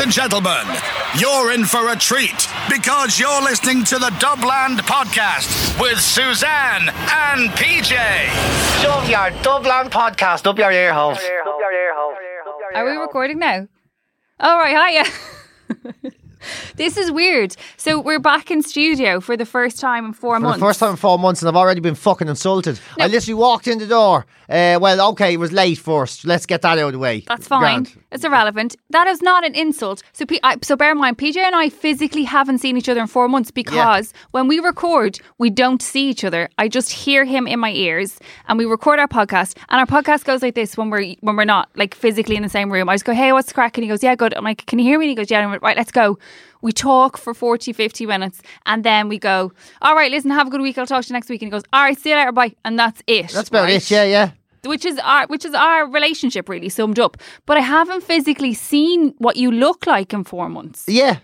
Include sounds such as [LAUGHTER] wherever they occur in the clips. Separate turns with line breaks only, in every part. and gentlemen, you're in for a treat because you're listening to the Dubland Podcast with Suzanne and PJ.
Shove your Dublin podcast up your ear holes.
Are we recording now? All right, hiya. [LAUGHS] this is weird. So we're back in studio for the first time in four
For
months.
the first time in four months, and I've already been fucking insulted. I literally walked in the door. Uh, well, okay, it was late first. Let's get that out of the way.
That's fine.
Grand.
It's irrelevant. That is not an insult. So, P- I, so bear in mind, PJ and I physically haven't seen each other in four months because when we record, we don't see each other. I just hear him in my ears, and we record our podcast. And our podcast goes like this when we're when we're not like physically in the same room. I just go, "Hey, what's the crack?" And he goes, "Yeah, good." I'm like, "Can you hear me?" And he goes, "Yeah." And I'm like, right, let's go. We talk for 40, 50 minutes, and then we go, "All right, listen, have a good week. I'll talk to you next week." And he goes, "All right, see you later, bye." And that's it.
That's about
right?
it. Yeah, yeah.
which is our which is our relationship really summed up. But I haven't physically seen what you look like in four months.
Yeah.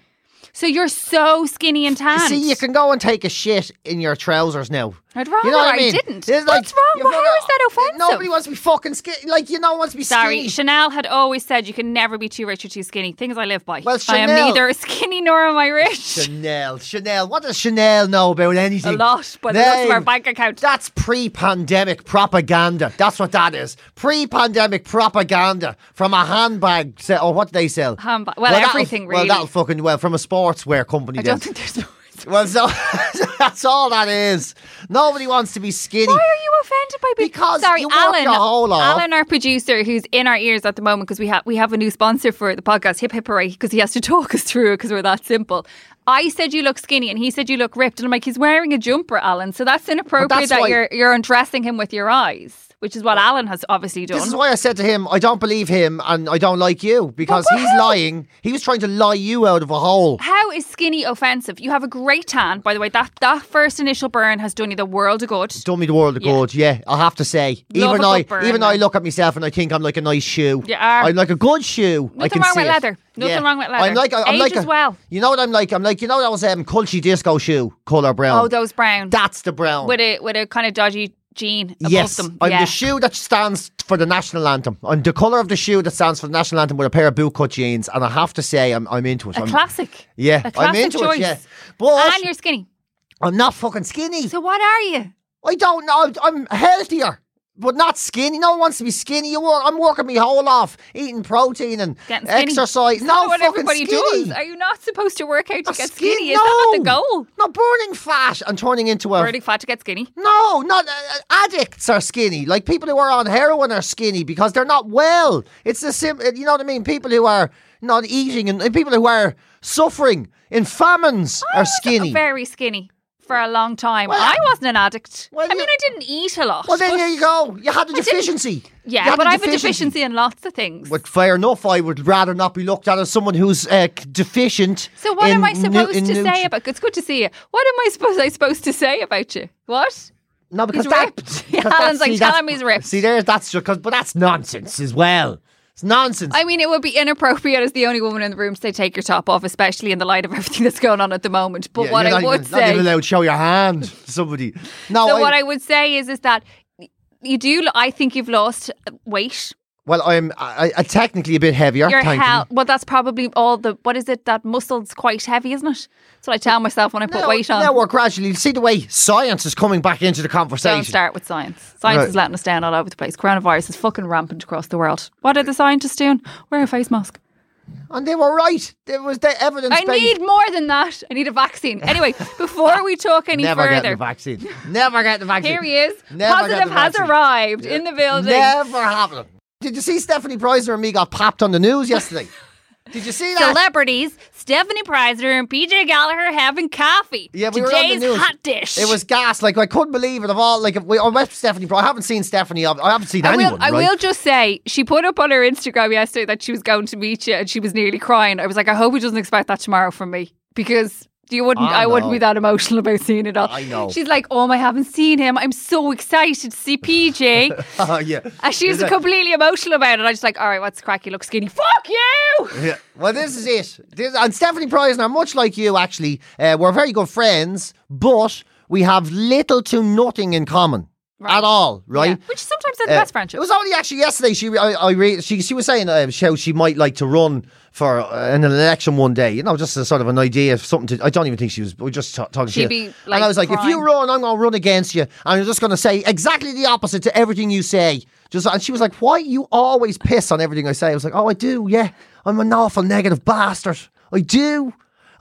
So you're so skinny and
You
tan.
see, you can go and take a shit in your trousers now.
I'd rather
you know what
I
I mean?
didn't.
It's
What's wrong?
you
Well,
fucking-
how is that offensive?
Nobody wants to be fucking skinny. Like, you know, wants to be
Sorry,
skinny.
Chanel had always said you can never be too rich or too skinny. Things I live by.
Well,
I am
Chanel-
neither skinny nor am I rich.
Chanel, Chanel. What does Chanel know about anything?
A lot, but the looks of our
Name.
bank account.
That's pre pandemic propaganda. That's what that is. Pre pandemic propaganda from a handbag sell, or what do they sell?
Handbag- well,
that'll-
everything,
Well,
really.
that'll fucking, well, from a sportswear company
I
then.
don't think there's. [LAUGHS] More.
well, so [LAUGHS] that's all that is. Nobody wants to be skinny.
Why are you offended by people?
Because
Sorry,
you walk
Alan.
your whole off.
Alan, our producer, who's in our ears at the moment because we have we have a new sponsor for the podcast, Hip Hip Hooray, because he has to [LAUGHS] talk us through it because we're that simple. I said you look skinny, and he said you look ripped, and I'm like, he's wearing a jumper, Alan. So that's inappropriate
But that's
that
why-
you're you're undressing him with your eyes, which is what Alan has obviously done.
This is why I said to him, I don't believe him and I don't like you because
But
he's
how?
lying. He was trying to lie you out of a hole.
How is skinny offensive? You have a great tan, by the way. That that first initial burn has done you the world of good.
Done me the world of
Yeah.
good, yeah. I have to say,
Love
even
a
I,
good burn,
even I
though.
look at myself and I think I'm like a nice shoe.
You are.
I'm like a good shoe. I
Nothing
can
wrong
see
with
it.
leather. Nothing
Yeah.
wrong with leather.
I'm like, a- I'm
Age
like
as
a-
well.
You know what I'm like? I'm like, you know that was um, Culchy disco shoe color brown.
Oh, those brown
That's the brown.
with a with a kind of dodgy jean above
yes,
them.
I'm
yeah.
the shoe that stands for the national anthem. I'm the color of the shoe that stands for the national anthem with a pair of bootcut jeans, and I have to say, I'm, I'm into it.
A
I'm,
classic.
yeah,
a
I'm
classic
into
choice.
it. Yeah, but
And you're skinny.
I'm not fucking skinny.
So what are you?
I don't know. I'm- I'm healthier, but not skinny. No one wants to be skinny. You wa- I'm working my whole off, eating protein and
Getting skinny.
exercise.
Is
No,
that what
fucking
everybody
skinny.
does? Are you not supposed to work out to
Not
get
skin-
skinny? Is that not the
no.
goal?
No, burning fat and turning into a
Burning fat to get skinny.
No, not uh, addicts are skinny. Like people who are on heroin are skinny because they're not well. It's the sim. uh, You know what I mean? People who are not eating and, and people who are suffering in famines
Ah,
are skinny.
Very skinny for a long time.
Well,
I wasn't an addict.
well,
I mean,
you-
I didn't eat a lot.
well, then
but-
there you go. You had a
didn't-
deficiency. You
Yeah,
had
but I have a deficiency in lots of things.
But fair enough, I would rather not be looked at as someone who's uh, c- deficient.
so what
in
am I
nu-
supposed
in
to say
nutri-
about? It's good to see you. What am I supposed I supposed to say about you? What?
No, because
He's
that,
ripped.
[LAUGHS]
[LAUGHS]
because
Alan's
that-
like,
see,
tell
that's-
him he's ripped.
See, there, that's because, but that's nonsense as well. It's nonsense.
I mean, it would be inappropriate as the only woman in the room to say, take your top off, especially in the light of [LAUGHS] everything that's going on at the moment. But
Yeah,
what
you're
I
not
would
even,
say,
not even allowed to show your hand to somebody. No,
so
I,
what I would say is, is that you do. I think you've lost weight.
well, I'm I, I technically a bit heavier.
Your
thankfully.
health. Well, that's probably all the. What is it? That muscle's quite heavy, isn't it? That's what I tell myself when I put
Now-
weight on.
Now we're gradually see the way science is coming back into the conversation.
Don't start with science. Science
Right.
is letting us down all over the place. Coronavirus is fucking rampant across the world. What are the scientists doing? Wear a face mask.
And they were right. There was the evidence.
I need more than that. I need a vaccine.
[LAUGHS]
Anyway, before we talk any
never get
further,
the vaccine. Never
[LAUGHS]
get the vaccine.
Here he is.
Never got
Positive
the
has
vaccine.
arrived in the building.
Never happening. Did you see Stephanie Prizer and me got popped on the news yesterday? Did you see that?
Celebrities, Stephanie Prizer and PJ Gallagher having coffee.
Yeah, we were on the
Today's
news.
hot dish.
It was gas. Like I couldn't believe it. Of all, like we, I met Stephanie. Prizer. I haven't seen Stephanie. I I haven't seen
I
anyone.
will, I
right?
will just say, she put up on her Instagram yesterday that she was going to meet you and she was nearly crying. I was like, I hope he doesn't expect that tomorrow from me because you wouldn't,
I
I, wouldn't
know.
be that emotional about seeing it all.
I know.
She's like, oh, I haven't seen him. I'm so excited to see
[LAUGHS]
PJ.
[LAUGHS] Oh yeah.
and she was
Is it-
completely emotional about it. I was just like, all right, what's the crack? You look skinny. Fuck you!
Yeah. Well, this is it. This, and Stephanie Prior, much like you, actually, uh, we're very good friends, but we have little to nothing in common.
Right.
at all, right? Uh,
Yeah. Which sometimes they're the best friendships.
It was only actually yesterday. She I, I re, she she was saying um, how she might like to run for uh, an election one day. You know, just as sort of an idea of something to. I don't even think she was. We were just ta- talking.
She'd
shit.
be, like,
and I was like, if
crying.
you run, I'm going to run against you, and I'm just going to say exactly the opposite to everything you say. Just and she was like, why you always piss on everything I say? I was like, oh, I do. Yeah, I'm an awful negative bastard. I do.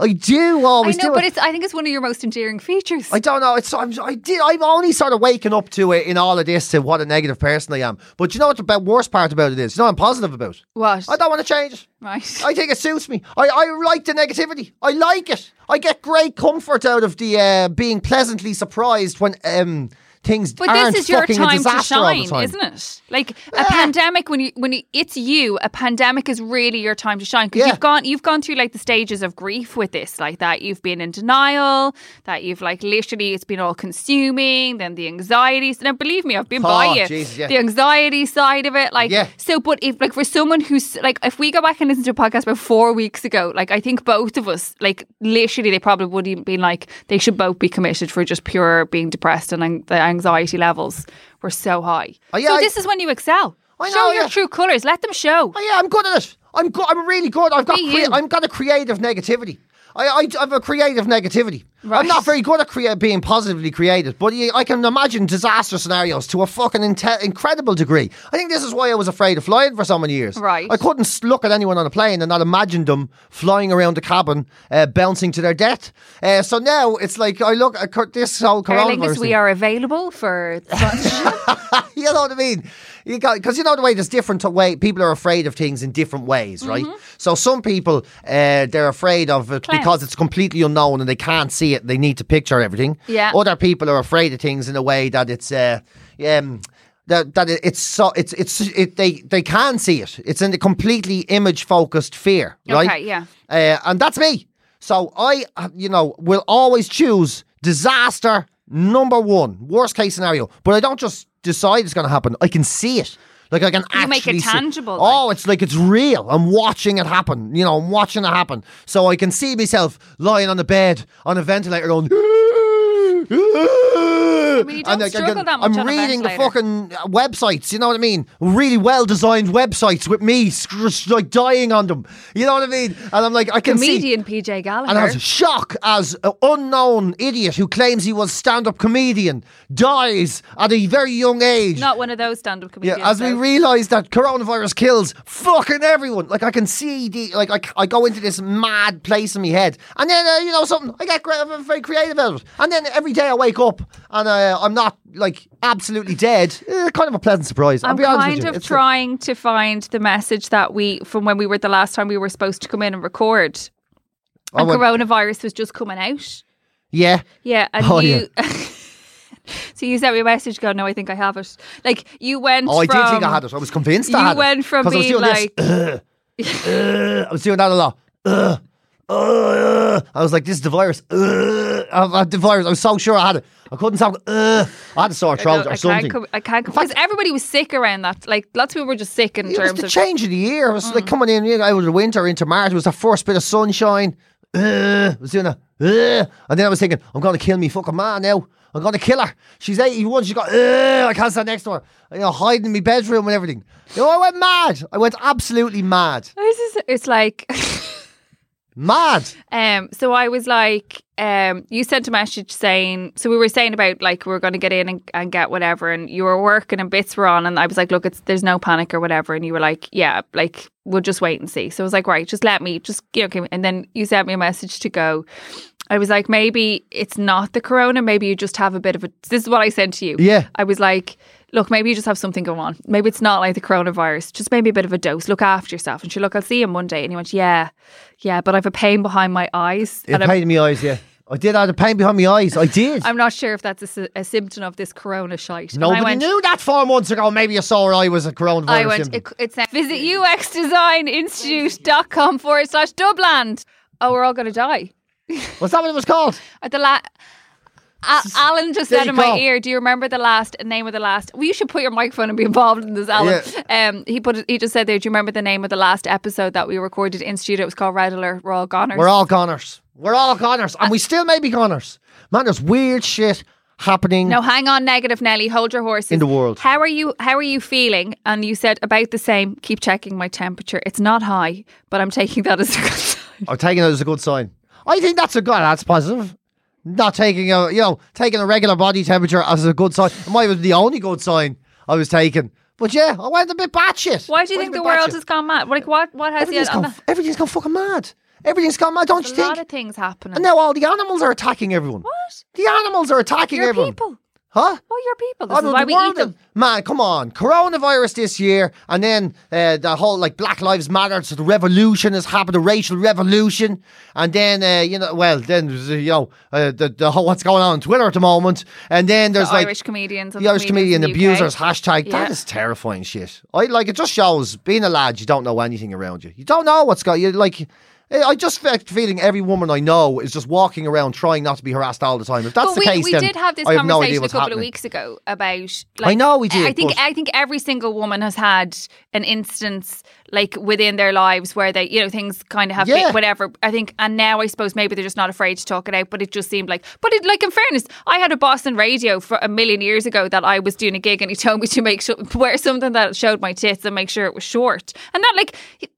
I do
I
always
know,
do
but
it.
it's. I think it's one of your most endearing features.
I don't know. It's I'm I did, I'm only sort of waking up to it in all of this to what a negative person I am. But you know what the be- worst part about it is? You know what I'm positive about?
What?
I don't want to change it.
right.
I think it suits me. I, I like the negativity. I like it. I get great comfort out of the uh, being pleasantly surprised when um,
[LAUGHS]
things
but
aren't
this is your
fucking a
time to
disaster all the
shine,
time.
isn't it? Like a pandemic, when you when you, it's you, a pandemic is really your time to shine because
Yeah.
you've gone you've gone through like the stages of grief with this, like that you've been in denial, that you've like literally it's been all consuming, then the anxieties. Now believe me, I've been
Oh,
by you,
Jesus, yeah.
the anxiety side of it, like
Yeah.
so. But if like for someone who's like, if we go back and listen to a podcast about four weeks ago, like I think both of us, like literally, they probably would even be like they should both be committed for just pure being depressed and ang- the anxiety levels were so high.
Oh, yeah,
so
I-
this is when you excel.
I
show
know,
your
yeah.
true colours. Let them show.
Oh, yeah, I'm good at it. I'm good. I'm really good. I've got.
Be
Crea-
you.
I'm got a creative negativity. I, I have a creative negativity.
Right.
I'm not very good at crea- being positively creative, but yeah, I can imagine disaster scenarios to a fucking inte- incredible degree. I think this is why I was afraid of flying for so many years.
Right.
I couldn't s- look at anyone on a plane and not imagine them flying around the cabin, uh, bouncing to their death. Uh, so now it's like I look at cur- this whole coronavirus.
Aerolyngus,
thing.
we are available
[LAUGHS]
for.
you know what I mean? You got because you know the way there's different to- way people are afraid of things in different ways, right? So some people uh, they're afraid of it
Mm-hmm. Clowns.
because it's completely unknown and they can't see it. They need to picture everything.
Yeah.
Other people are afraid of things in a way that it's uh, um. That, that it- it's so it's it's it, they they can see it. It's in the completely image focused fear, right?
Okay, yeah.
Uh, and that's me. So I, uh, you know, will always choose disaster number one, worst case scenario. But I don't just decide it's going to happen. I can see it. Like I can
You
actually
make it
see-
tangible,
Oh, it's like it's real. I'm watching it happen. You know, I'm watching it happen. So I can see myself lying on the bed on a ventilator going. [LAUGHS] I
mean, you don't struggle that much
I'm
on a
reading the
ventilator.
fucking fucking uh, websites. You know what I mean? Really well designed websites with me scr- like dying on them. You know what I mean? And I'm like, I can see.
Comedian PJ Gallagher.
And I was shocked as an unknown idiot who claims he was stand-up comedian dies at a very young age.
not one of those stand-up
Yeah,
comedians.
as we
though.
realise that coronavirus kills fucking everyone. Like I can see the like I, I go into this mad place in my head, and then uh, you know something I get great, I'm very creative about it. And then every day I wake up and uh, I'm not like absolutely dead. Eh, kind of a pleasant surprise. I'll
I'm
be honest with
kind
you.
of
It's a-
trying to find the message that we from when we were the last time we were supposed to come in and record.
I
And
went-
coronavirus was just coming out.
yeah,
Yeah, and
Oh,
you. [LAUGHS] so you sent me a message. Go, no, I think I have it. Like you went.
Oh, I did
from,
think I had it. I was convinced I
you
had it.
went from
'Cause I was
being
doing this.
like,
Uh, I was doing that a lot. Uh, uh, I was like, this is the virus. Uh, I had the virus. I was so sure I had it. I couldn't talk. Uh, I had a sore
no,
throat or
I
something.
can't, com- I can't because everybody was sick around that. Like lots of people were just sick in
It was
terms
the
of. Mm-hmm.
change of the year. It was like coming in you know, out of the winter into March. It was the first bit of sunshine. Uh, I was doing a, uh, and then I was thinking, I'm going to kill me fucking ma now. I'm going to kill her. She's 81. She's got, uh, I can't stand next to her. You know, hiding in my bedroom and everything. You know, I went mad. I went absolutely mad.
This is- It's like. [LAUGHS]
Mad.
Um, so I was like, um, you sent a message saying, so we were saying about like we were going to get in and, and get whatever, and you were working and bits were on, and I was like, look, it's there's no panic or whatever, and you were like, yeah, like we'll just wait and see. So I was like, right, just let me, just you know, give me- and then you sent me a message to go. I was like, maybe it's not the corona, maybe you just have a bit of a. This is what I said to you.
Yeah.
I was like, look, maybe you just have something going on. Maybe it's not like the coronavirus. Just maybe a bit of a dose. Look after yourself. And she, look, I'll see you Monday. And he went, yeah, yeah, but I have a pain behind my eyes.
It
and I'm,
pain in my eyes, yeah. I did. I had a pain behind my eyes. I did.
I'm not sure if that's a, sy- a symptom of this corona shite. And
Nobody
I went,
knew that four months ago. Maybe you saw her eye was a coronavirus.
I went,
symptom.
it, it's a, visit uxdesigninstitute.com forward slash Dubland. Oh, we're all going to die.
was that what it was called?
At Uh, the la- Al- Alan just
There
said
you
in my
go.
ear, "Do you remember the last name of the last?" Well, you should put your microphone and be involved in this, Alan. Um, he put it, he just said there. Do you remember the name of the last episode that we recorded in studio? It was called Red Alert. We're all goners. Uh,
We're all goners. We're all goners, and we still may be goners. Man, there's weird shit happening.
No, hang on, negative Nelly. Hold your horses.
In the world.
How are you how are you feeling? And you said about the same, keep checking my temperature. It's not high, but I'm taking that as a good sign.
I'm taking it as a good sign. I think that's a good. That's positive. Not taking a you know taking a regular body temperature as a good sign. It might have been the only good sign I was taking. But yeah, I went a bit batshit.
Why do you
Went
think
a
the
bit
world
batshit.
has gone mad? Like what what has
Everything's
it on
gone, everything's gone fucking mad. Everything's gone mad. Don't
the,
you
a lot
think?
of things happening?
and now all the animals are attacking everyone.
what?
The animals are attacking
Your
everyone.
people.
Huh?
Oh, your people. This
I
is
mean,
why
the
we
world
eat them.
is- Man, come on. Coronavirus this year, and then uh, the whole like Black Lives Matter, so the revolution has happened, the racial revolution, and then uh, you know, well, then there's, uh, you know, uh, the the whole what's going on on Twitter at the moment, and then
The
there's like
Irish comedians. and
the Irish
comedians in
comedian
the
abusers
UK.
hashtag.
Yeah.
That is terrifying shit. I like it. Just shows being a lad, you don't know anything around you. You don't know what's going. You like. I I just fe- feeling every woman I know is just walking around trying not to be harassed all the time. If that's
but
the
we,
case,
we
then
did have this
I have no
conversation
idea
a
what's
couple of
happening.
weeks ago about. Like,
know we did,
I think
but-
I think every single woman has had an instance like within their lives where they you know things kind of have
Yeah.
been, whatever. I think and now I suppose maybe they're just not afraid to talk it out. But it just seemed like, but it, like in fairness, I had a boss in radio for a million years ago that I was doing a gig and he told me to make sure wear something that showed my tits and make sure it was short. And that like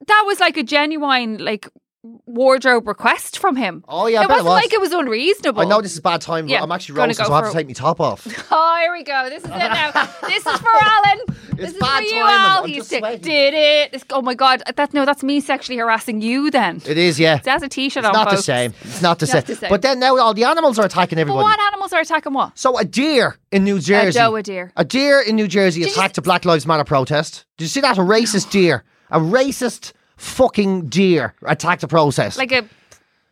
that was like a genuine like. Wardrobe request from him.
Oh, yeah, I
it
bet it
wasn't
was.
like it was unreasonable.
I know this is bad time, but
Yeah,
I'm actually
gonna
roasting,
go
so I have
for
to
a-
take my top off.
[LAUGHS] Oh, here we go. This is it
[LAUGHS]
now. this is for Alan. this is
bad
for you,
timing.
Al.
I'm
He's
just
di-
sweating.
did it. This- oh my God. That no, that's me sexually harassing you. Then
It is, yeah.
that's a t-shirt
It's
on.
not the
folks.
same. It's not the,
Not
same.
the same.
But then now all the animals are attacking
But
everybody.
what animals are attacking what?
So a deer in New Jersey.
Joe, a deer.
A deer in New Jersey
you
attacked a Black Lives Matter protest. Did you see that?
[GASPS]
A racist deer. A racist fucking deer attacked a protest. Like,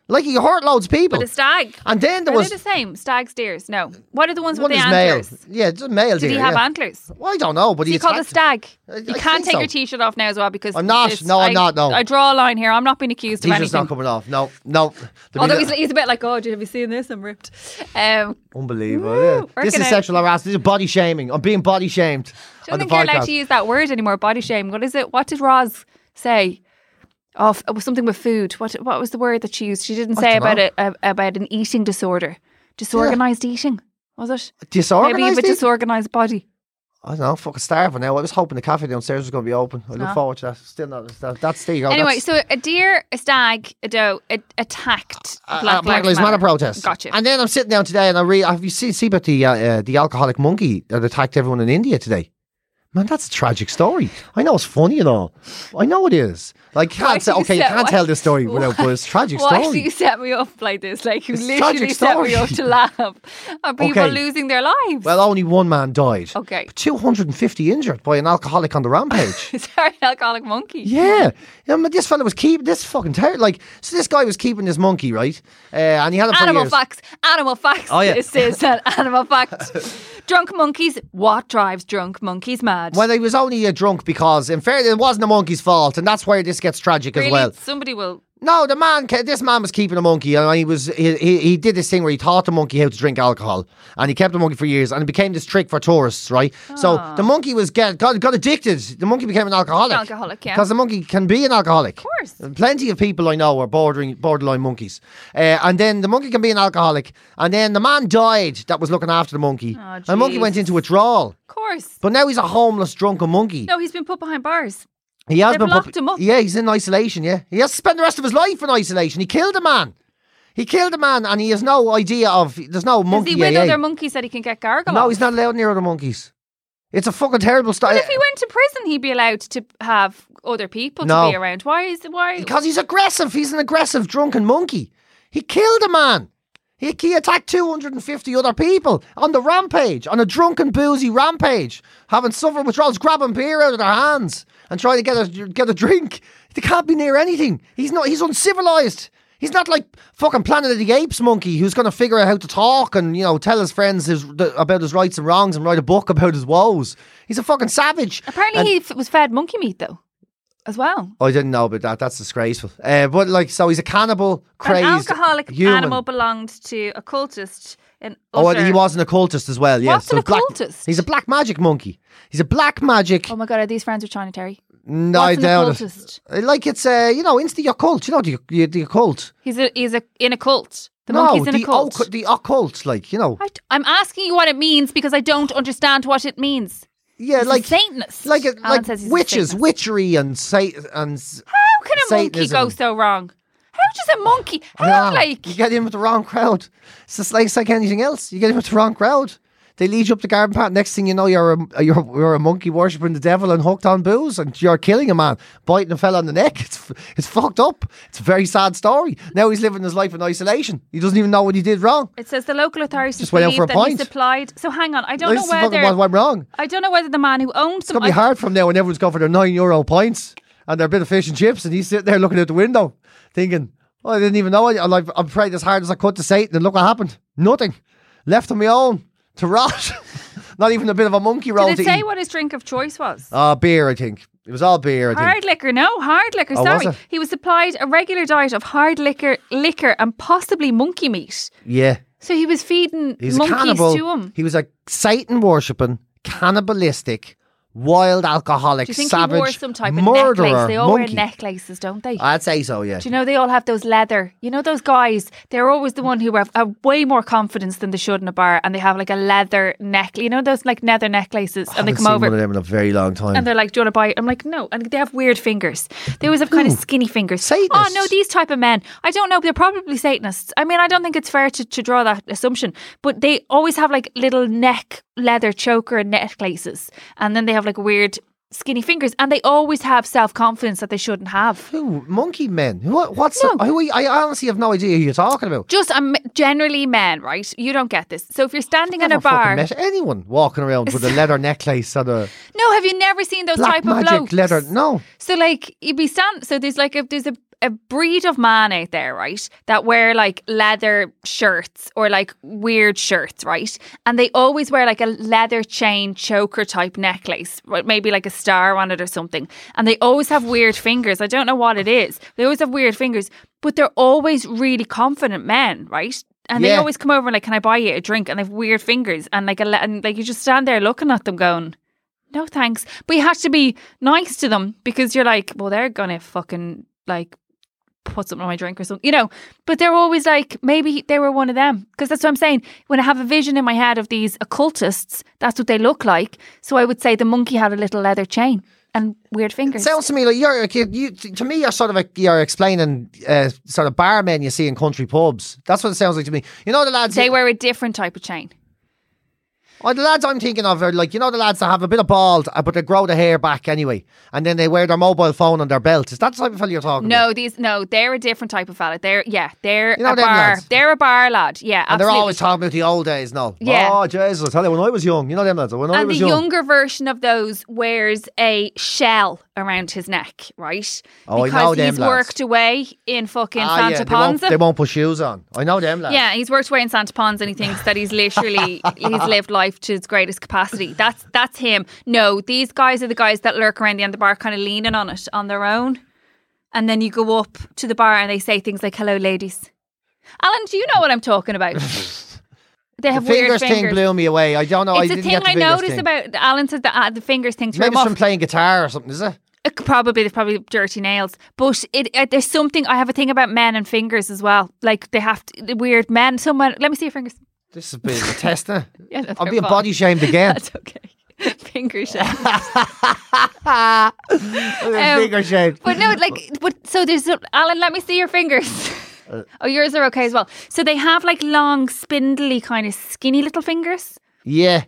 Like a
he hurt loads of people.
with a stag.
and then there
Are
was
they the same? Stags, deers. No. What are the ones
one
with
is
the
male.
antlers?
Yeah, just a male
Did
deer.
he have
yeah.
antlers?
Well, I don't know, but he
You call it a
attacked-
stag.
I- I
You can't
think
take
so.
your t-shirt off now as well because
I'm not.
it's-
No, I'm
I-
not, no.
I draw a line here. I'm not being accused
He's
of
just not
anything.
coming off. No, no. The
Although
real-
he's, he's a bit like, oh, have you seen this? I'm ripped. Um,
Unbelievable.
Woo,
yeah. This
working
is
out.
sexual harassment. This is body shaming. I'm being body
I
shamed on
don't
the
think you're allowed
podcast.
to use that word anymore. Body shame. What is it? What did Roz say? Oh, f- it was something with food. What what was the word that she used? She didn't say
don't
about
know.
it uh, about an eating disorder, disorganized eating. Was it? Maybe you have
Disorganized.
a
people?
disorganized body.
I don't know. Fucking starving now. I was hoping the cafe downstairs was going to be open. I look
not.
forward to that. Still not. That, that's there you go.
anyway,
Oh, That's-
so a deer, a stag, a doe a, attacked
uh,
Black,
uh, Black Lives Matter protest.
Gotcha.
And then I'm sitting down today, and I read. Have you seen see about the uh, uh, the alcoholic monkey that attacked everyone in India today? Man, that's a tragic story. I know it's funny and all. I know it is. Like,
Why
can't say,
do you
okay, you
set-
can't
why-
tell this story
[LAUGHS]
without,
why-
but it's a tragic
[LAUGHS] Why
story.
do you set me up like this? Like you
It's a
literally
tragic
set me
story.
up to laugh. Are people
[LAUGHS] Okay.
losing their lives?
Well, only one man died.
Okay.
But 250 injured by an alcoholic on
[LAUGHS]
the rampage.
Sorry, alcoholic monkey.
yeah. I mean, this fella was keeping this fucking ter- like so this guy was keeping this monkey, right? Uh, and he had it for
Animal
years.
facts. Animal facts.
Oh, yeah.
This is
[LAUGHS]
an animal fact. drunk monkeys. What drives drunk monkeys mad?
Well, he was only a drunk because, in fairness, it wasn't the monkey's fault, and that's where this gets tragic
really,
as well.
somebody will.
No, the man, ca- this man was keeping a monkey, and he was he, he he did this thing where he taught the monkey how to drink alcohol, and he kept the monkey for years, and it became this trick for tourists, right?
Ah.
So the monkey was get got, got addicted. The monkey became an alcoholic.
Alcoholic, yeah.
Because the monkey can be an alcoholic. Of
course.
Plenty of people I know are bordering borderline monkeys, uh, and then the monkey can be an alcoholic, and then the man died that was looking after the monkey,
Aw,
and the monkey
jeez.
went into withdrawal.
Of course.
But now he's a homeless drunken monkey.
No, he's been put behind bars.
He has
They've
been put-
locked him up.
Yeah, he's in isolation. Yeah, he has to spend the rest of his life in isolation. He killed a man. He killed a man, and he has no idea of. There's no
Is
monkey.
he with
AA.
other monkeys that he can get gargle?
no,
off?
he's not allowed near other monkeys. It's a fucking terrible
But
story.
if he went to prison, he'd be allowed to have other people
No.
to be around. Why is why?
Because he's aggressive. He's an aggressive drunken monkey. He killed a man. He, he attacked 250 other people on the rampage, on a drunken, boozy rampage, having suffered withdrawals, grabbing beer out of their hands and trying to get a get a drink. They can't be near anything. He's not. He's uncivilized. He's not like fucking Planet of the Apes monkey who's going to figure out how to talk and you know tell his friends his, the, about his rights and wrongs and write a book about his woes. He's a fucking savage.
Apparently,
And-
he f- was fed monkey meat though, as well.
I didn't know about that. That's disgraceful. Uh, but like, so he's a cannibal, crazed,
An alcoholic
human.
animal belonged to a cultist. In
Oh, and
utter-
he was an occultist as well. Yeah.
What's an
black-
occultist?
He's a black magic monkey. He's a black magic.
Oh my god, are these friends with China Terry?
No,
What's
I
an
doubt
occultist?
it. Like it's uh, you know, it's the occult. You know, the the, the occult.
He's a, he's a, in a cult. The
no,
monkey's in
the
a cult.
occu- the occult. Like you know,
I, am asking you what it means because I don't understand what it means.
yeah,
He's
Uh, like
a Satanist.
like it-
Alan
like
says he's a
witches,
Satanist.
witchery, and Satan. And s-
How can a monkey
Satanism.
go so wrong? How does a monkey? How
Nah,
like?
Ah, you get in with the wrong crowd. It's just like, it's like anything else. You get in with the wrong crowd. They lead you up the garden path. Next thing you know, you're a you're, you're a monkey worshipping the devil and hooked on booze, and you're killing a man, biting a fella on the neck. It's f- it's fucked up. It's a very sad story. Now he's living his life in isolation. He doesn't even know what he did wrong.
It says the local authorities
Just went out
believe
for a
that
pint.
he supplied. So hang on, I don't
This
know
is fucking
whether
what, what wrong.
I don't know whether the man who owned
It's
some.
gonna be
I-
hard from now when everyone's going for their nine euro pints and their bit of fish and chips, and he's sitting there looking out the window, thinking, "Oh, I didn't even know. I, I've, I've prayed as hard as I could to Satan, and look what happened. Nothing. Left on my own to rot. [LAUGHS] Not even a bit of a monkey roll
Did it
to
say
eat.
what his drink of choice was?
Ah, beer. I think it was all beer. I think.
Hard liquor, no, hard liquor.
Oh, was
sorry,
it?
he was supplied a regular diet of hard liquor, liquor, and possibly monkey meat.
Yeah,
So he was feeding
he was a
monkeys
cannibal.
to him.
He was a Satan worshipping, cannibalistic, wild alcoholic,
Do you think
savage
he wore some type of
murderer
necklace? They all
monkey.
wear necklaces, don't they?
I'd say so. Yeah.
Do you know they all have those leather? You know those guys. They're always the one who have, have way more confidence than they should in a bar, and they have like a leather neck. You know those like leather necklaces, and they
haven't
come
seen
over
one of them in a very long time.
and they're like, "Do you want to buy?" it?" I'm like, "No." And they have weird fingers. They always have kind of skinny fingers. Oh
Satanists.
no, these type of men. I don't know. They're probably Satanists. I mean, I don't think it's fair to, to draw that assumption. But they always have like little neck leather choker and necklaces, and then they have like weird skinny fingers, and they always have self confidence that they shouldn't have.
Who? Monkey men? What, what's
No.
the, who are you- I honestly have no idea who you're talking about.
Just um, generally men, right? You don't get this. So if you're standing in a
Never fucking
bar,
met anyone walking around with a leather necklace and a
no, have you never seen those [LAUGHS] type
black
of
magic
blokes?
leather. No,
So like you'd be stand so there's like a there's a, a breed of man out there, right? That wear like leather shirts or like weird shirts, right? And they always wear like a leather chain choker type necklace, right? Maybe like a star on it or something. And they always have weird fingers. I don't know what it is. They always have weird fingers, but they're always really confident men, right? And they
Yeah.
always come over and like, can I buy you a drink? And they have weird fingers, and like, a le- and like you just stand there looking at them, going, no thanks. But you have to be nice to them because you're like, well, they're gonna fucking like put something on my drink or something, you know. But they're always like, maybe they were one of them because that's what I'm saying. When I have a vision in my head of these occultists, that's what they look like. So I would say the monkey had a little leather chain and weird fingers.
sounds to me like you're a kid. You, to me, you're sort of a, you're explaining uh, sort of barmen you see in country pubs. That's what it sounds like to me. You know the lads.
they wear a different type of chain.
Oh, the lads I'm thinking of are like you know the lads that have a bit of bald, uh, but they grow the hair back anyway, and then they wear their mobile phone on their belt. Is that the type of fella you're talking about?
No, these no, they're a different type of fella. They're yeah, they're
You know
a
them
bar.
lads?
They're a bar lad. Yeah,
And they're
absolutely.
always talking about the old days now.
Yeah.
Oh, Jesus, I tell you, when I was young, you know them lads, when
and
I
the
was
younger version of those wears a shell around his neck, right?
Oh, I
because
know them
he's
lads.
worked away in fucking
Ah,
Santa
yeah, they won't,
Ponza.
they won't put shoes on. I know them lads.
yeah, he's worked away in Santa Ponza and he thinks that he's
[LAUGHS]
literally he's lived life to his greatest capacity. That's that's him. No, these guys are the guys that lurk around the end of the bar kind of leaning on it on their own. And then you go up to the bar and they say things like, Hello ladies. Alan, do you know what I'm talking
[LAUGHS]
about? They have
the fingers,
weird fingers.
thing blew me away. I don't know. I
It's a
Oh,
thing
didn't get the
I
fingers
noticed
thing.
about Alan said the, uh, the fingers thing threw
Maybe
him
it's
off.
from playing guitar or something, is it?
It could probably they're probably dirty nails, but it, uh there's something I have a thing about men and fingers as well. Like they have to, the weird men. Someone let me see your fingers. [LAUGHS]
This has been a test. now.
Yeah, no,
I'm
they're
being
fine. [LAUGHS]
body shamed again.
That's okay. [LAUGHS] Finger
[LAUGHS]
shape. um,
Finger shamed.
But no, like, but so there's a- Alan. Let me see your fingers.
Uh,
[LAUGHS] oh, yours are okay as well. So they have like long, spindly, kind of skinny little fingers.
Yeah.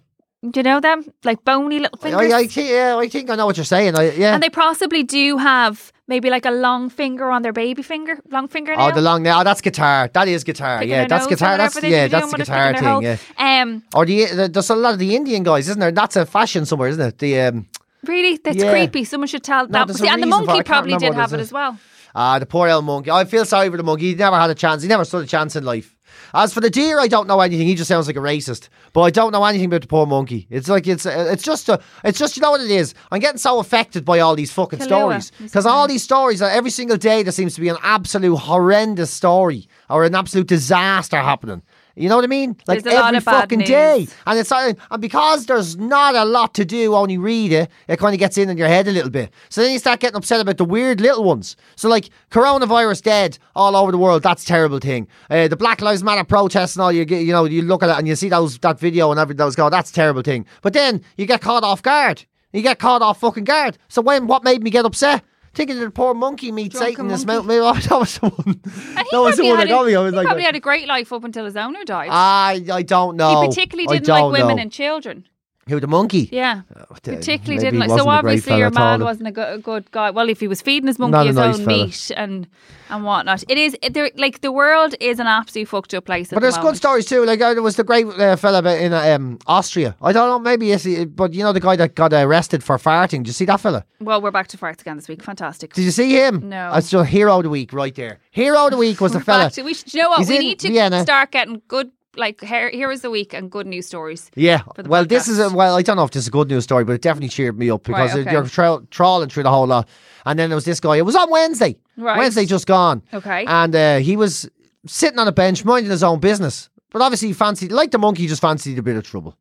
Do you know them? Like bony little
I,
fingers.
I, thi- yeah, I think I know what you're saying. I, yeah.
and they possibly do have maybe like a long finger on their baby finger, long fingernail.
Oh, the long nail. that's guitar. That is guitar.
Picking
yeah,
their
that's
nose or
guitar. That's
whatever they
yeah,
should be
that's
doing
the
when they're
guitar
picking their
thing. Yeah.
hole. Um,
Or the, the there's a lot of the Indian guys, isn't there? That's a fashion somewhere, isn't it? The um,
Really? That's
Yeah.
creepy. Someone should tell that.
there's a
See, and the
reason for it. I
monkey
can't
probably
remember
did
what
have
it
it
is.
as well.
Ah, the poor old monkey. I feel sorry for the monkey. He never had a chance. He never stood a chance in life. As for the deer, I don't know anything. He just sounds like a racist. But I don't know anything about the poor monkey. It's like it's uh, it's just a, it's just you know what it is. I'm getting so affected by all these fucking
Kahlua.
stories because all these stories uh, every single day there seems to be an absolute horrendous story or an absolute disaster happening. You know what I mean? Like
There's a lot
every
of bad
fucking
news.
day. And it's not, and because there's not a lot to do, only read it, it kind of gets in in your head a little bit. So then you start getting upset about the weird little ones. So like coronavirus dead all over the world, that's a terrible thing. Uh, the Black Lives Matter protests and all you get, you know, you look at it and you see those that video and everything that was going, that's a terrible thing. But then you get caught off guard. You get caught off fucking guard. So when what made me get upset? Thinking of the poor monkey meat
Drunken
Satan is
monkey.
mounting me. [LAUGHS] That was the one.
And he
that was the
probably
one
had
that
a-
got me. I was
he
like, uh,
probably had a great life up until his owner died.
I I don't know.
he particularly
I
didn't like
don't
women
know.
and children.
who the monkey.
Yeah,
d-
particularly
maybe
didn't
he
like. So
wasn't a great
obviously
fella
your
at all,
man
then.
wasn't a good, a good guy. Well, if he was feeding his
Not a
monkey his
nice
own
fella.
meat and and whatnot, it is it, there. Like the world is an absolute fucked up place. at
But
the
there's good
moment.
stories too. Like uh, there was the great uh, fella ba- in uh, um, Austria. I don't know, maybe it's, uh, but you know the guy that got arrested for farting. Did you see that fella?
Well, we're back to farts again this week. Fantastic.
Did you see him?
No.
That's your hero of the week right there. Hero of the
[LAUGHS]
week was the fella.
Back to- we should, you know what?
He's
we
in
need to
Vienna.
start getting good. Like here, here is the week and good news stories.
Yeah.
for the
Well, this is a,
podcast.
well. I don't know if this is a good news story, but it definitely cheered me up because
Right, okay.
you're tra- trawling through the whole lot. And then there was this guy. It was on Wednesday.
Right.
Wednesday just gone.
Okay.
And uh, he was sitting on a bench minding his own business, but obviously he fancied, like the monkey, just fancied a bit of trouble.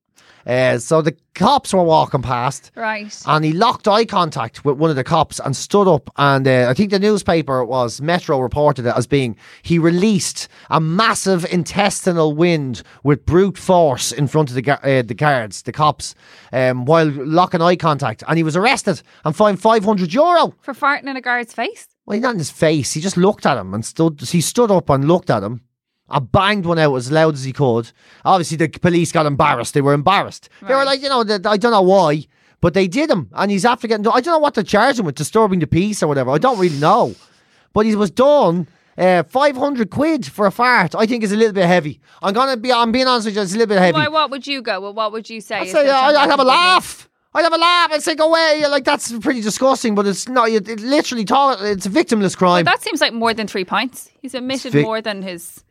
Uh, so the cops were walking past.
Right.
And he locked eye contact with one of the cops and stood up. And uh, I think the newspaper it was Metro reported it as being he released a massive intestinal wind with brute force in front of the gu- uh, the guards, the cops, um, while locking eye contact. And he was arrested and fined five hundred euro.
For farting in a guard's face.
Well, not in his face. He just looked at him and stood. He stood up and looked at him. and banged one out as loud as he could. Obviously, the police got embarrassed. They were embarrassed. They were
Right.
like, you know, th- I don't know why, but they did him. And he's after getting. I don't know what they're charging with, disturbing the peace or whatever. I don't really know. But he was done. Uh, 500 quid for a fart, I think is a little bit heavy. I'm gonna be, I'm being honest with you, it's a little bit heavy.
Why? What would you go? Well, what would you say?
I'd
is
say,
there
I'd, I'd
something
have a
good news?
laugh. I'd have a laugh. I'd say, go away. Like, that's pretty disgusting, but it's not, it, it literally, taught, it's a victimless crime.
That seems like more than three pints. He's emitted
Vic-
more than his.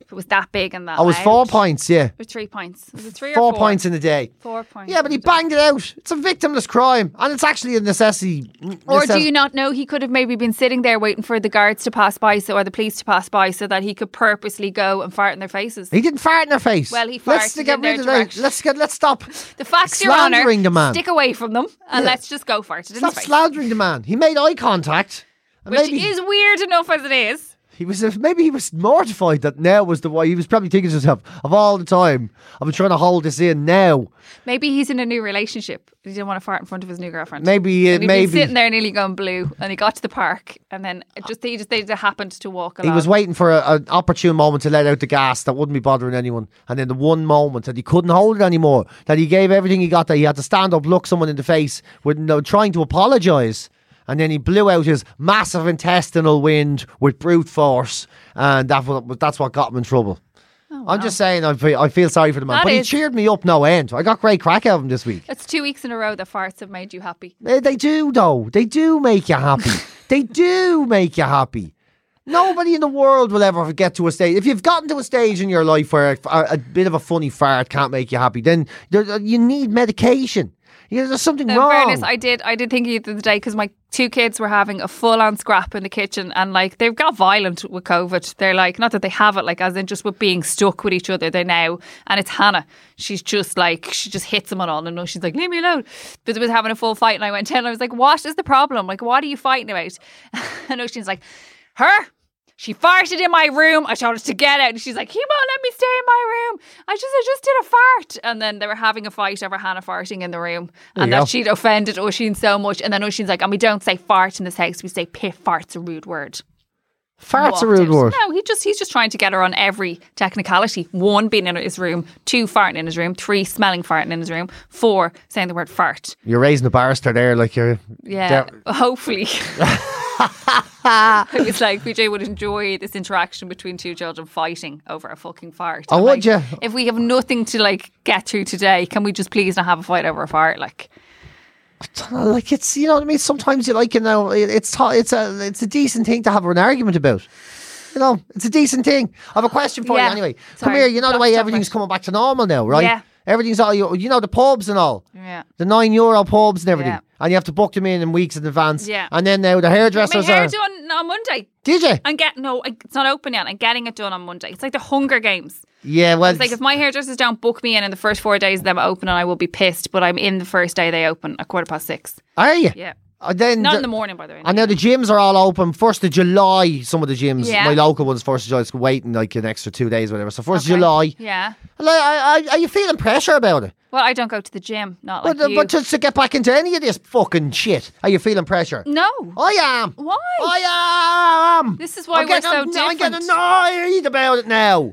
If it was that big and that.
I was
loud.
four pints, yeah.
Or three pints. Was it three
Four,
or four?
pints in a day.
Four pints.
Yeah, but he banged it out. It's a victimless crime, and it's actually a necessity.
Or do you not know he could have maybe been sitting there waiting for the guards to pass by, so or the police to pass by, so that he could purposely go and fart in their faces.
He didn't fart in her face.
Well, he
Let's
farted
get
in
rid
their
of that.
direction.
Let's get. Let's stop.
The facts, Your Honour,
Slandering the man.
stick away from them and let's just go for it. in
Stop
his face.
slandering the man. He made eye contact. And
Which
maybe
is weird enough as it is.
he was maybe he was mortified that now was the way he was probably thinking to himself of all the time. I've been trying to hold this in now.
Maybe he's in a new relationship. He didn't want to fart in front of his new girlfriend.
Maybe
And
it
he'd
maybe
been sitting there nearly gone blue, and he got to the park, and then it just they just they just happened to walk along.
He was waiting for a, an opportune moment to let out the gas that wouldn't be bothering anyone. And then the one moment that he couldn't hold it anymore, that he gave everything he got, that he had to stand up, look someone in the face, with no, trying to apologise. And then he blew out his massive intestinal wind with brute force. And that, wa- that's what got him in trouble. I'm just saying, I feel, I feel sorry for the man.
Oh, That
but
is-
he cheered me up no end. I got great crack out of him this week.
That's two weeks in a row that farts have made you happy.
Eh, They do, though. They do make you happy. they do make you happy. Nobody in the world will ever get to a stage. If you've gotten to a stage in your life where a, a bit of a funny fart can't make you happy, then there, uh, you need medication. You know, there's something
In
wrong.
fairness, I did I did think of you the other day because my two kids were having a full on scrap in the kitchen and like they've got violent with COVID. They're like not that they have it, like as in just with being stuck with each other. They now and it's Hannah. She's just like she just hits them and all and she's like leave me alone. But they was having a full fight and I went in and I was like, what is the problem? Like what are you fighting about? [LAUGHS] and Ocean's like her. She farted in my room. I told her to get out. And she's like, he won't let me stay in my room. I just I just did a fart. And then they were having a fight over Hannah farting in the room. and
you go.
that she'd offended Oisin so much. And then Oisin's like, and we don't say fart in this house. We say piff fart's a rude word.
Fart's a
Walked
rude
out.
word.
No, he just he's just trying to get her on every technicality. One, being in his room. Two, farting in his room. Three, smelling farting in his room. Four, saying the word fart.
You're raising a barrister there, like you're.
Yeah,
Don't- [LAUGHS]
hopefully. it was like PJ would enjoy this interaction between two children fighting over a fucking fart.
Oh,
And,
would
like,
ya?
If we have nothing to like get through today, can we just please not have a fight over a fart? Like,
Uh, like it's you know what I mean. Sometimes you like you know it- it's to- it's a it's a decent thing to have an argument about. You know, it's a decent thing. I have a question for
Yeah.
you anyway. Come
Sorry.
here. You know the
Back
way
to
everything's
back.
coming back to normal now, right?
Yeah.
Everything's all you, you know the pubs and all.
Yeah.
The nine euro pubs and everything,
Yeah.
and you have to book them in in weeks in advance.
Yeah.
And then now the
My
hairdressers
hair
are.
done on Monday.
Did you?
I'm get no, I- it's not open yet. I'm getting it done on Monday. It's like the Hunger Games.
Yeah. Well,
It's like if my hairdressers don't book me in in the first four days of them open, and I will be pissed. But I'm in the first day they open at quarter past six.
are you?
Yeah,
Uh, then
not
the-
in the morning, by the way.
And now the gyms are all open. First of July, some of the gyms,
Yeah.
my local ones, first of July, it's waiting like an extra two days, or whatever. So first
Okay.
of July,
Yeah.
Like, I- I- are you feeling pressure about it?
Well, I don't go to the gym. Not like
But,
you.
but just to get back into any of this fucking shit, are you feeling pressure?
no.
I am.
Why?
I am.
This is why
I'm
we're
getting,
so
I'm, I'm getting
different.
annoyed about it now.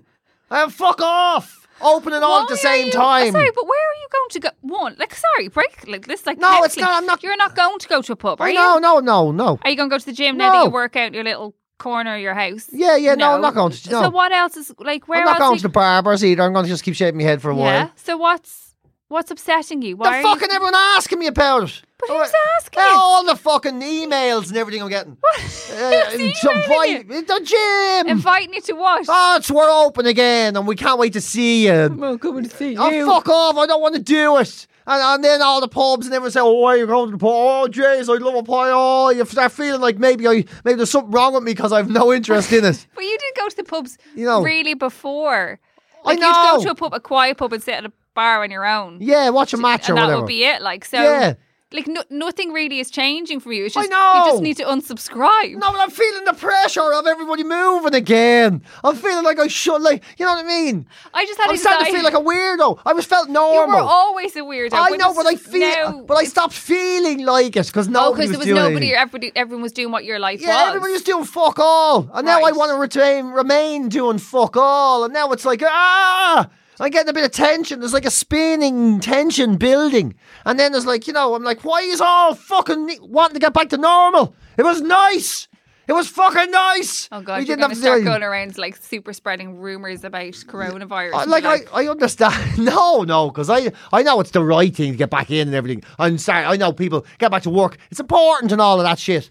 Um, fuck off. Open it all
Why
at
are
the same
you-
time.
Sorry, but where are you going to go? One, like, sorry, break like this. Like,
No, it's
Pepsi.
not- I'm not-
You're not going to go to a pub, are
I
you?
know, no, no, no.
Are you going to go to the gym now that
No.
you work out in your little corner of your house?
Yeah, yeah, no, I'm not going to- no.
So what else is like? Where
I'm
else?
not going
are
to the barbers either. I'm going to just keep shaving my head for a
you-
while.
yeah. So what's what's upsetting you?
The
Why are you-
fucking everyone asking me about it.
But
Oh,
who's asking?
Yeah, all the fucking emails and everything I'm getting. Uh,
What? [LAUGHS] Who's
and some
emailing
vi- the gym.
Inviting you to what?
oh, it's we're open again, and we can't wait to see you.
well, coming to see
Oh, fuck off! I don't want to do it. And, and then all the pubs and everyone say, "Oh, why are you going to the pub? Oh, jeez, I love a pie. Oh, you start feeling like maybe I maybe there's something wrong with me because I've no interest
[LAUGHS]
in it.
But you didn't go to the pubs
You know.
really before.
I
Like you'd
know.
go to a pub, a quiet pub, and sit at a bar on your own.
Yeah, watch a match or
and that
whatever.
would be it. Like so,
Yeah.
like no, nothing really is changing for you. It's
I
just you
know.
just need to unsubscribe.
No, but I'm feeling the pressure of everybody moving again. I'm feeling like I should, like, you know what I mean?
I just had
I'm starting to
anxiety.
feel like a weirdo. I was felt
you
normal.
were always a weirdo.
I
but
know,
it's
but I
just
feel,
now-
but I stopped feeling like it because
oh,
nobody
because there was
doing
nobody.
anything.
Everybody, everyone was doing what your life
Yeah,
was.
everybody was doing fuck all, and now I
Right.
want to retain, remain doing fuck all, and now it's like ah. I'm getting a bit of tension. There's like a spinning tension building. And then there's like, you know, I'm like, why is all fucking ne- wanting to get back to normal? It was nice. It was fucking nice.
Oh god,
we
you're
didn't
going
have
to
to do
start
anything.
going around like super spreading rumors about coronavirus.
I,
and
Uh, like
be
I, I understand. [LAUGHS] No, no, because I, I know it's the right thing to get back in and everything. I'm sorry. I know people get back to work. It's important and all of that shit.